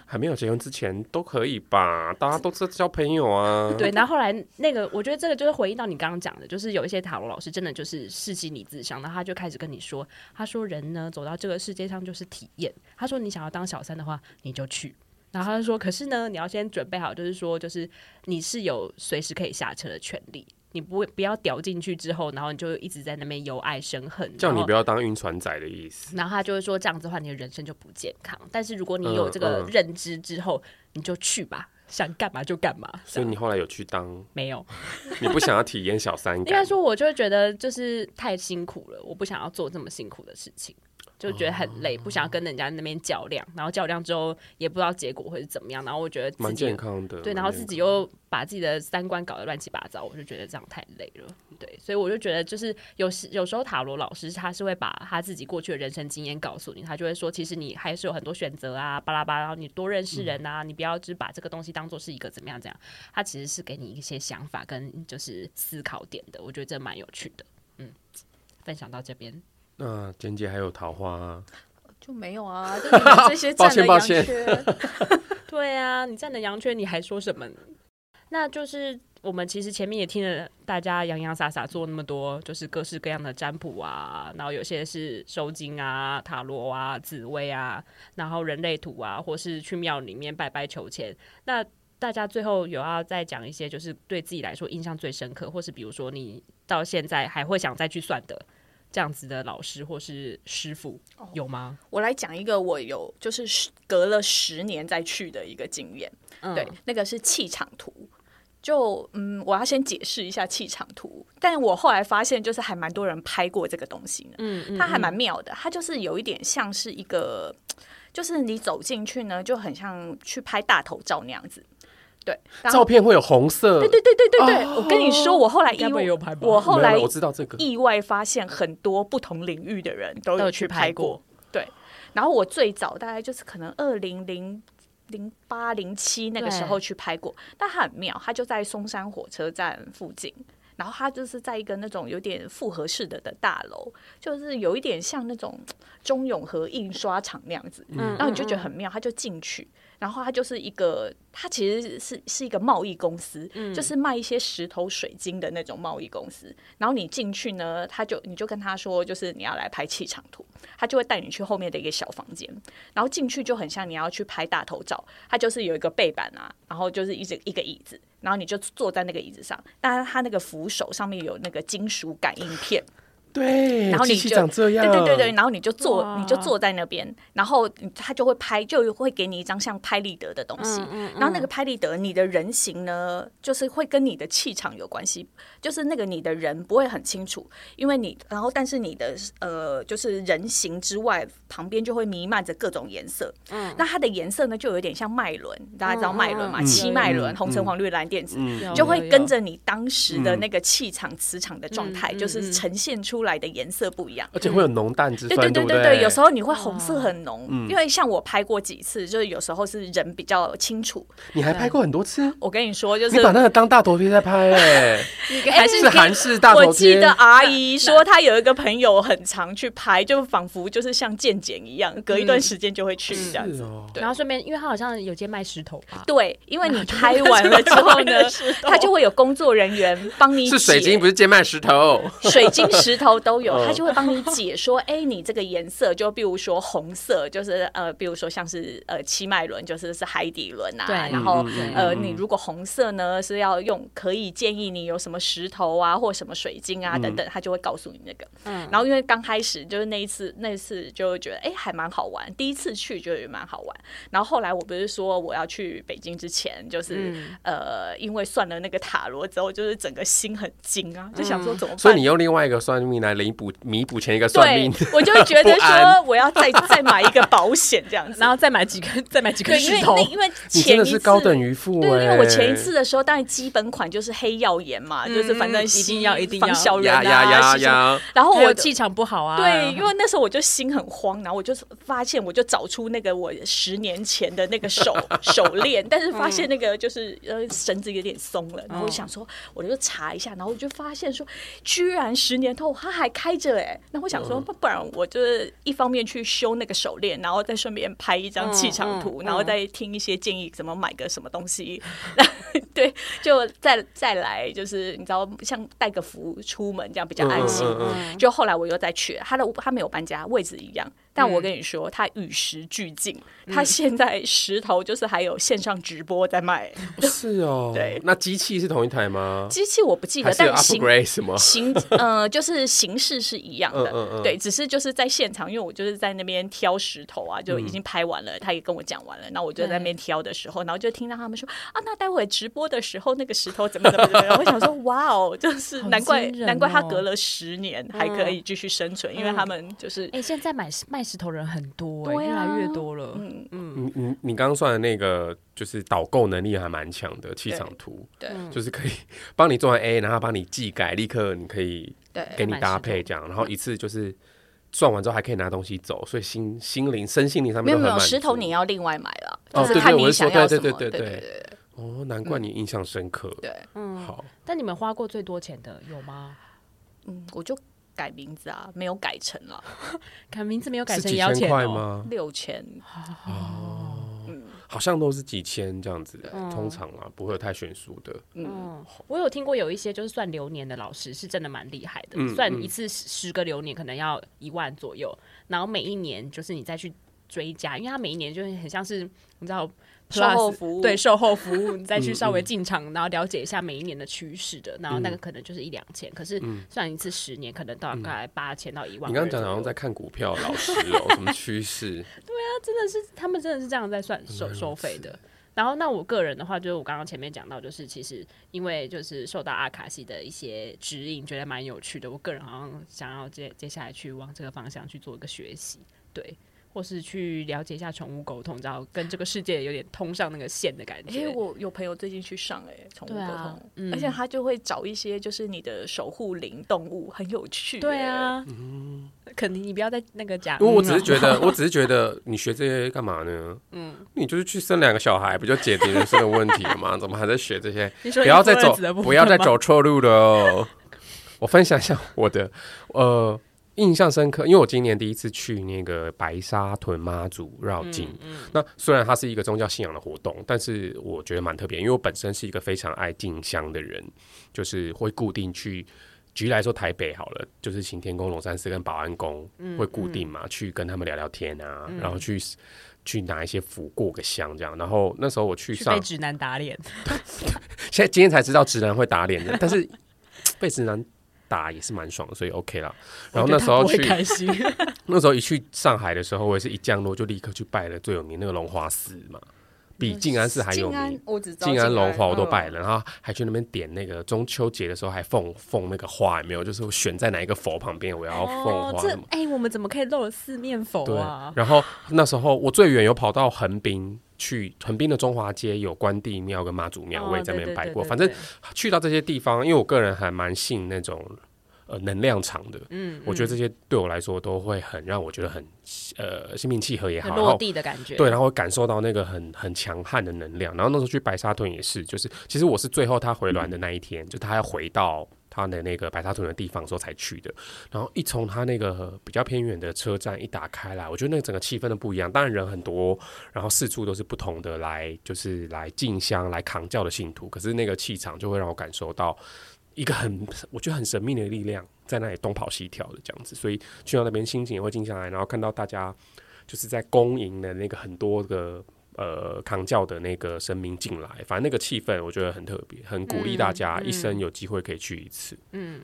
S3: 还没有结婚之前都可以吧？大家都是交朋友啊。
S1: 对，然后后来那个，我觉得这个就是回应到你刚刚讲的，就是有一些塔罗老师真的就是视心理自伤，然后他就开始跟你说，他说人呢走到这个世界上就是体验，他说你想要当小三的话，你就去。然后他就说，可是呢，你要先准备好，就是说，就是你是有随时可以下车的权利，你不会不要掉进去之后，然后你就一直在那边由爱生恨，
S3: 叫
S1: 然
S3: 你
S1: 后
S3: 不要当晕船仔的意思。
S1: 然后他就会说，这样子的话，你的人生就不健康。但是如果你有
S3: 嗯
S1: 这个
S3: 嗯
S1: 认知之后，你就去吧，想干嘛就干嘛。这
S3: 所以
S1: 样
S3: 你后来有去当，
S1: 没有，
S3: 你不想要体验小
S1: <laughs>
S3: 三
S1: 应该
S3: 感，
S1: 说，我就会觉得就是太辛苦了，我不想要做这么辛苦的事情。就觉得很累，不
S3: 哦
S1: 想要跟人家那边较量，然后较量之后也不知道结果会是怎么样，然后我觉得自
S3: 蛮
S1: 己
S3: 健康的。
S1: 对，
S3: 蛮
S1: 然后
S3: 健
S1: 自
S3: 康
S1: 己又把自己的三观搞得乱七八糟，我就觉得这样太累了。对，所以我就觉得，就是有时有时候塔罗老师他是会把他自己过去的人生经验告诉你，他就会说，其实你还是有很多选择啊，巴拉巴拉，然后你多认识人啊，你不要只把这个东西当做是一个怎么样怎样，他其实是给你一些想法跟就是思考点的，我觉得这蛮有趣的。嗯，分享到这边，
S3: 那简姐还有桃花、啊
S2: 就没有啊，就你们这些
S3: 哦抱
S2: 占
S3: 歉
S2: 了羊
S3: 抱歉
S2: 缺。
S1: 对啊，你站的羊圈，你还说什么？那就是我们其实前面也听了大家洋洋洒洒做那么多，就是各式各样的占卜啊，然后有些是收金啊、塔罗啊、紫薇啊，然后人类图啊，或是去庙里面拜拜求签。那大家最后有要再讲一些，就是对自己来说印象最深刻，或是比如说你到现在还会想再去算的这样子的老师或是师傅，有吗？
S2: 我来讲一个我有，就是十隔了十年再去的一个经验。
S1: 嗯
S2: 对，那个是气场图。就嗯，我要先解释一下气场图，但我后来发现，就是还蛮多人拍过这个东西呢。
S1: 嗯嗯
S2: 它还蛮妙的，它就是有一点像是一个，就是你走进去呢，就很像去拍大头照那样子。对，然
S3: <laughs> 照
S2: 后
S3: 片会有红色，
S2: 对对对对对对，我跟你说，我后来意
S1: 哦该不会
S2: 外
S1: 有拍吧
S2: 我后
S3: 没有
S2: 来
S3: 没有我知道这个
S2: 意外发现很多不同领域的人都
S1: 都有
S2: 有
S1: 去
S2: 去
S1: 拍
S2: 拍
S1: 过
S2: 过。对，然后我最早大概就是可能二零零。零八零七那个时候去拍过，但它很妙，它就在松山火车站附近，然后它就是在一个那种有点复合式的的大楼，就是有一点像那种中永和印刷厂那样子，
S1: 嗯
S2: 然后你就觉得很妙，他就进去，然后他就是一个，他其实是是一个贸易公司，
S1: 嗯
S2: 就是卖一些石头、水晶的那种贸易公司。然后你进去呢，他就你就跟他说，就是你要来拍气场图，他就会带你去后面的一个小房间，然后进去就很像你要去拍大头照，他就是有一个背板啊，然后就是一直一个椅子。然后你就坐在那个椅子上，但是他那个扶手上面有那个金属感应片，
S3: 对，
S2: 然后你
S3: 机器
S2: 就
S3: 长这样，
S2: 对对对对，然后你就坐
S1: 嗯哇，
S2: 你就坐在那边，然后他就会拍，就会给你一张像拍立得的东
S1: 嗯
S2: 西。然后那个拍立得，你的人形呢，就是会跟你的气场有关系，就是那个你的人不会很清楚，因为你，然后但是你的呃，就是人形之外，旁边就会弥漫着各种颜色。嗯，那它的颜色呢，就有点像脉轮，大家知道脉轮嘛？
S1: 嗯嗯嗯嗯
S2: 七脉轮，
S3: 嗯
S2: 红橙黄绿蓝靛紫。
S1: 有
S2: 就
S1: 有
S2: 会
S1: 有
S2: 跟着你当时的那个气场、磁场的状态，
S1: 嗯嗯嗯
S2: 就是
S1: 嗯
S2: 呈现出来的颜色不一样。
S3: 而且会有浓淡之分，
S2: 对
S3: 对嗯
S2: 对
S3: 不
S2: 对有时候你会红色
S1: 哇
S2: 很浓，因为像我拍过几次，就是有时候是人比较清楚。
S3: 你还拍过很多次，
S2: 我跟你说，嗯就是
S3: 你把那个当大头贴在拍、
S2: <laughs>
S3: 哎，
S1: 还
S3: 是韩式大
S2: 我
S3: 头
S2: 记
S3: 贴 <laughs> 嗯
S2: 得。阿姨说她有一个朋友很常去拍，就仿佛就是像健检一样，隔一段时间就会去这样子。
S3: 是哦，
S2: 对
S1: 然后顺便，因为他好像有间卖石头吧，
S2: <laughs> 对，因为你拍完了之后呢，他就会有工作人员帮你
S3: 是水
S2: 解
S3: 晶，不是贱卖
S2: <laughs>
S3: 石头。
S2: 水晶、石头都
S3: <laughs>
S2: 有，
S3: 嗯
S2: 他就会帮你解说，哎、你这个颜色，就比如说红色，就是呃，比如说像是呃七脉轮，就是是海底轮啊，
S1: 对
S2: 然后
S3: 嗯嗯嗯
S2: 呃，
S3: 嗯
S2: 你如果红色呢是要用，可以建议你有什么石头啊，或什么水晶啊等等，他就会告诉你那个。
S1: 嗯
S2: 然后因为刚开始就是那一次，那一次就会觉得哎、还蛮好玩，第一次去就觉得哎蛮好玩。然后后来我不是说我要去北京之前，就是、
S3: 嗯
S2: 呃，因为算了那个塔罗之后，就是整个心很惊啊，就想说怎么办？
S3: 所以你用另外一个算命来弥补弥补前一个算
S2: 对
S3: 命，
S2: 我就觉得
S3: 不安
S2: 说我要再再买一个保险这样子。
S1: 然后再买几根， <laughs> 再买几根
S2: 对，因
S1: 石
S2: 为
S1: 头
S2: 那。因为
S3: <laughs> 你
S2: 前
S3: 真
S2: 一
S3: 的
S2: 次
S3: 是高等渔夫
S2: 对，因
S3: 哎。
S2: 为我前一次的时候，当然基本款就是黑曜岩嘛，就是反正
S1: 嗯一定要一定要
S2: 防小人
S3: 呀
S2: 啊，
S3: 呀
S2: 是
S3: 呀
S2: 什么
S3: 呀，
S2: 然后
S1: 还有
S2: 我
S1: 气场不好啊，
S2: 对，因为那时候我就心很慌，然后我就发现，我就找出那个我十年前的那个手手链，但是发现那个就是呃绳子有点松了，然后我想说，我就查一下，然后我就发现说，居然十年后它还开着哎、那我想说，不不然我就是一方面去修那个手链，然后再顺便拍一张气场图，
S1: 嗯嗯
S2: 然后再听一些建议，怎么买个什么东西，对，就再再来就是你知道，像带个符出门这样比较安心。
S3: 嗯嗯
S1: 嗯
S2: 就后来我又再去，他的他没有搬家，位置一样。但我跟你说，他与时俱进，他现在石头就是还有线上直播在卖。
S3: 是
S2: 嗯
S3: 哦。
S2: 对
S3: 那机器是同一台吗？
S2: 机器我不记
S3: 还
S2: 得，
S3: 是有
S2: 但形
S3: upgrade 什么？
S2: 形呃就是形式是一样的，
S3: 嗯嗯嗯
S2: 对，只是就是在现场，因为我就是在那边挑石头啊，就已经拍完了，他也跟我讲完了，然后我就在那边挑的时候，然后就听到他们说啊，那待会直播的时候那个石头怎么怎么怎么样， <laughs> 我想说哇哦，就是
S1: 好
S2: 难怪、
S1: 惊人
S2: 难怪他
S1: 哦
S2: 隔了十年还可以继续生存，因为他们就是
S1: 哎，现在买卖卖石头人很多、欸，
S2: 对啊
S1: 越来越多了。
S2: 嗯，
S1: 嗯，
S3: 你你你刚刚算的那个就是导购能力还蛮强的，气场图
S2: 对
S3: 就是可以 <laughs> 帮你做完 A，然后帮你技改，立刻你可以
S2: 对，
S3: 给你搭配这样，然后一次就是算完之后还可以拿东西走，所以心心灵身心灵上
S2: 没有
S3: 面都
S2: 没
S3: 很
S2: 有，
S3: 满足
S2: 石头你要另外买了，
S3: 哦
S2: 就是
S3: 对
S2: 看
S3: 对我
S2: 你
S3: 是说
S2: 想要什
S3: 对
S2: 么。
S3: 对对
S2: 对
S3: 对
S2: 对
S3: 哦，难怪你印象深刻。
S2: 对，
S3: 好，
S1: 但你们花过最多钱的有吗？
S2: 嗯，我就改名字啊，没有改成了
S1: 改名字没有改
S3: 是
S1: 成
S3: 几
S1: 也要
S3: 千
S1: 钱
S3: 块
S1: 哦、
S3: 吗？
S2: 六千，
S3: 好像都是几千这样子，
S2: 嗯
S3: 通常啊不会有太悬殊的。
S1: 嗯，我有听过有一些就是算流年的老师是真的蛮厉害的，
S3: 嗯
S1: 算一次十十个流年可能要一万左右，然后每一年就是你再去追加，因为他每一年就是很像是你知道。
S2: 售后
S1: Plus，
S2: 服务
S1: 对售后服务，你再
S3: 嗯
S1: 去稍微进场，然后了解一下每一年的趋势的，然后
S3: 嗯
S1: 那个可能就是一两千，可是算一次十年，可能大概八千到一万。
S3: 你刚刚讲的好像在看股票，老师哦，什么趋势？
S1: 真的是他们真的是这样在算
S3: 嗯
S1: 收收费的。然后，那我个人的话，就是我刚刚前面讲到，就是其实因为就是受到阿卡西的一些指引，觉得蛮有趣的。我个人好像想要接接下来去往这个方向去做一个学习，对，或是去了解一下宠物沟通，然后跟这个世界有点通上那个线的感
S2: 因为
S1: 觉。
S2: 我有朋友最近去上哎、欸、宠物沟
S1: 对
S2: 通，
S1: 啊嗯
S2: 而且他就会找一些就是你的守护灵动物，很有趣、欸
S1: 对，啊，肯定你不要再那个嗯啊讲，
S3: 因为嗯我只是觉得，我只是觉得你学这些干嘛呢？嗯，你就是去生两个小孩，不就解决人生的问题了吗？怎么还在学这些？
S1: 你说
S3: 不要再走
S1: influence 的，部分
S3: 不要再
S1: 吗
S3: 走错路了哦。我分享一下我的呃印象深刻，因为我今年第一次去那个白沙屯妈祖绕
S1: 嗯
S3: 境。那虽然它是一个宗教信仰的活动，但是我觉得蛮特别，因为我本身是一个非常爱进香的人，就是会固定去。举例来说，台北好了，就是行天宫、龙山寺跟保安宫
S1: 嗯
S3: 会固定嘛，去跟他们聊聊天啊，然后去去拿一些符过个香这样。然后那时候我去
S1: 去
S3: 上
S1: 被直男打脸，
S3: 现在今天才知道直男会打脸的，但是被直男打也是蛮爽的，所以 OK 啦。 <laughs> 然后那时候
S1: 我觉
S3: 去
S1: 得他不会开
S3: <laughs>
S1: 心，
S3: 那时候一去上海的时候，我也是一降落就立刻去拜了最有名那个龙华寺嘛，比静安寺还有
S2: 静安
S3: 名。，
S1: 嗯
S2: 我只知道
S3: 静安龙华我都拜
S2: 嗯
S3: 了，然后还去那边点那个中秋节的时候还奉奉那个花，有没有？就是我选在哪一个佛旁边，我要奉
S1: 哦，
S3: 花
S1: 这
S3: 什么？
S1: 哎、我们怎么可以漏了四面佛
S3: 对
S1: 啊，？
S3: 然后那时候我最远有跑到横滨去，横滨的中华街有关帝庙跟妈祖庙，
S1: 哦
S3: 我也在那边拜过。反正去到这些地方，因为我个人还蛮信那种呃能量场的，嗯，我觉得这些对我来说都会很让我觉得很呃心平气和也好，
S1: 很
S3: 然后
S1: 落地的感觉。
S3: 对，然后我感受到那个很很强悍的能量。然后那时候去白沙屯也是，就是其实我是最后他回銮的那一天，就他要回到他的那个白沙屯的地方的时候才去的。然后一从他那个比较偏远的车站一打开来，我觉得那个整个气氛都不一样。当然人很多，然后四处都是不同的来就是来进香来扛教的信徒，可是那个气场就会让我感受到。一个很我觉得很神秘的力量在那里东跑西跳的这样子，所以去到那边心情也会静下来，然后看到大家就是在恭迎的那个很多个呃扛教的那个神明进来，反正那个气氛我觉得很特别，很鼓励大家一生有机会可以去一次。
S1: 嗯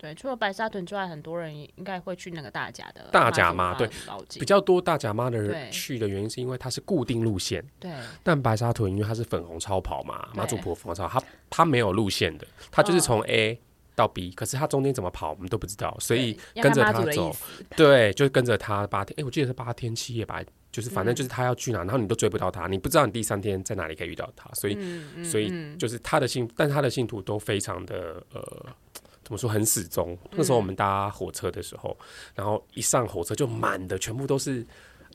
S1: 对，除了白沙屯之外，很多人也应该会去那个大甲的
S3: 大甲
S1: 妈
S3: 嘛
S1: 祖
S3: 对
S1: 老街
S3: 比较多大甲妈的
S1: 对
S3: 人去的原因是因为它是固定路线，
S1: 对，
S3: 但白沙屯因为它是粉红超跑嘛，
S1: 对嗯
S3: 马祖婆粉红超跑，它它没有路线的，它就是从 A 到 B，、可是它中间怎么跑我们都不知道，所以
S1: 对
S3: 跟着
S1: 要看妈
S3: 它
S1: 祖的
S3: 走
S1: 意，思
S3: 对，就跟着他八天，哎、我记得是八天七夜吧，就是反正
S1: 嗯
S3: 就是他要去哪，然后你都追不到他，你不知道你第三天在哪里可以遇到他，所以、
S1: 嗯
S3: 所以就是他的信，但他的信徒都非常的呃。怎么说很死忠？
S1: 嗯
S3: 那时候我们搭火车的时候，然后一上火车就满的，全部都是，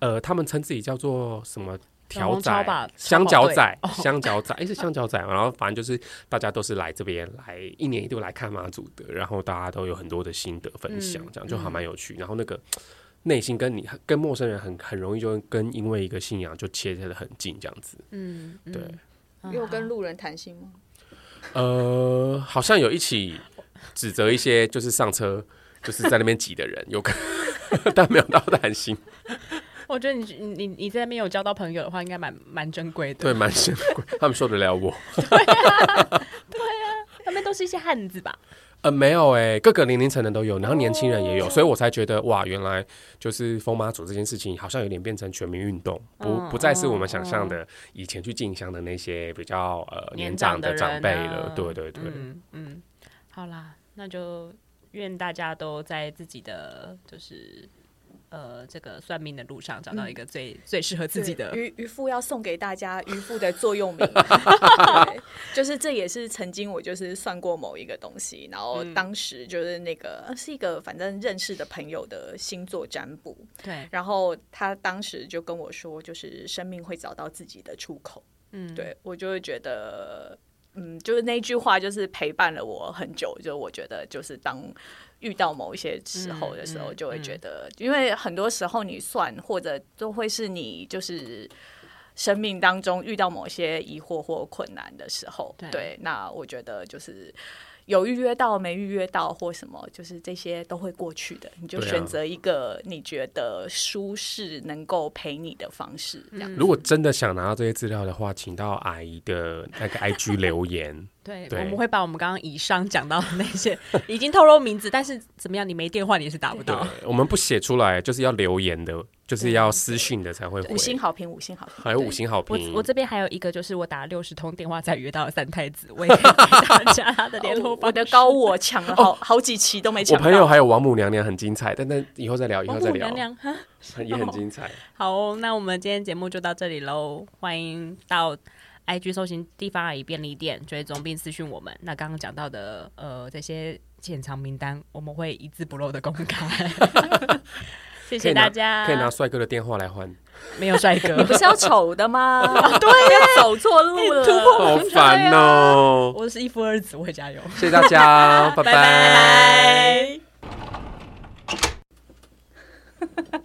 S3: 呃，他们称自己叫做什么
S1: 粉红
S3: 条
S1: 超吧
S3: 仔、
S1: 超
S3: 香
S1: 跑
S3: 蕉
S1: 队
S3: 仔、 <laughs> 香蕉仔，诶，是香蕉仔啊嘛。然后反正就是大家都是来这边来一年一度来看妈祖的，然后大家都有很多的心得分享，
S1: 嗯
S3: 这样就还蛮有趣。然后那个内心跟你跟陌生人很很容易就跟因为一个信仰就切得很近这样子。
S1: 嗯，嗯
S3: 对，
S2: 你有跟路人谈心吗？
S3: 呃，好像有一起指责一些就是上车 <laughs> 就是在那边挤的人，有可 <laughs> 但没有到担心，
S1: 我觉得你你你在那边有交到朋友的话，应该蛮蛮珍贵的。
S3: 对，蛮珍贵。他们受得了我。
S1: 那边都是一些汉子吧？
S3: 呃，没有哎、各个年龄层的都有，然后年轻人也有，所以我才觉得哇，原来就是风妈祖这件事情，好像有点变成全民运动，不不再是我们想象的以前去进香的那些比较呃
S1: 年
S3: 年
S1: 长
S3: 长
S1: 的
S3: 的长辈
S1: 人啊
S3: 了。对对对，
S1: 嗯嗯，好啦，那就愿大家都在自己的就是。呃这个算命的路上找到一个最、最适合自己的
S2: 嗯对渔渔夫要送给大
S1: <laughs>
S2: 家渔夫的座右铭，对就是这也是曾经我就是算过某一个东西，然后
S1: 嗯
S2: 当时就是那个、呃是一个反正认识的朋友的星座占卜，
S1: 对，
S2: 然后他当时就跟我说，就是生命会找到自己的出口，
S1: 嗯，
S2: 对我就会觉得。嗯，就是那句话，就是陪伴了我很久。就我觉得，就是当遇到某一些时候的时候，
S1: 嗯嗯
S2: 就会觉得，因为很多时候你算或者都会是你就是生命当中遇到某些疑惑或困难的时候。
S1: 对
S2: 那我觉得就是有预约到没预约到或什么，就是这些都会过去的。你就
S3: 对啊
S2: 选择一个你觉得舒适、能够陪你的方式，这样。
S1: 嗯
S3: 如果真的想拿到这些资料的话，请到阿姨的那个 IG 留言。
S1: 对，
S3: 对
S1: 我们会把我们刚刚以上讲到的那些已经透露名字，但是怎么样，你没电话你也是打不
S3: 对
S1: 到。，
S3: 我们不写出来，就是要留言的，就是要私讯的才会回
S1: 嗯
S2: 五。星好评，五星好评。
S3: 还有五星好
S1: 我
S3: 评，
S1: 我这边还有一个，就是我打六十通电话才约到的三太子，我也可以给大家他的联络
S2: 哦
S1: 方式。
S2: 我的高我抢了好好几期都没
S3: 我
S2: 抢到。
S3: 朋友还有王母娘娘很精彩，但但以后再聊，以后
S1: 王
S3: 再
S1: 母
S3: 聊
S1: 娘，娘，哈
S3: 也很精彩。
S1: 好哦、那我们今天节目就到这里喽，欢迎到 IG 搜寻地方阿姨便利店追踪并私讯我们。那刚刚讲到的呃这些潜藏名单，我们会一字不漏的公
S3: <laughs>
S1: 开。 <laughs> 谢
S3: 可以
S1: 谢
S3: 拿
S1: 大家，
S3: 可以拿帅哥的电话来换，
S1: 没有帅哥
S3: <laughs>
S2: 你。不是要丑的吗？对呀、走错路了。
S3: 好烦哦！
S1: 我是一夫二子，我会加油。
S3: <laughs> 谢谢大家，拜
S1: 拜拜。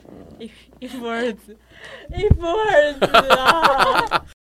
S3: <laughs>
S1: 一一夫二子，一夫二子啊！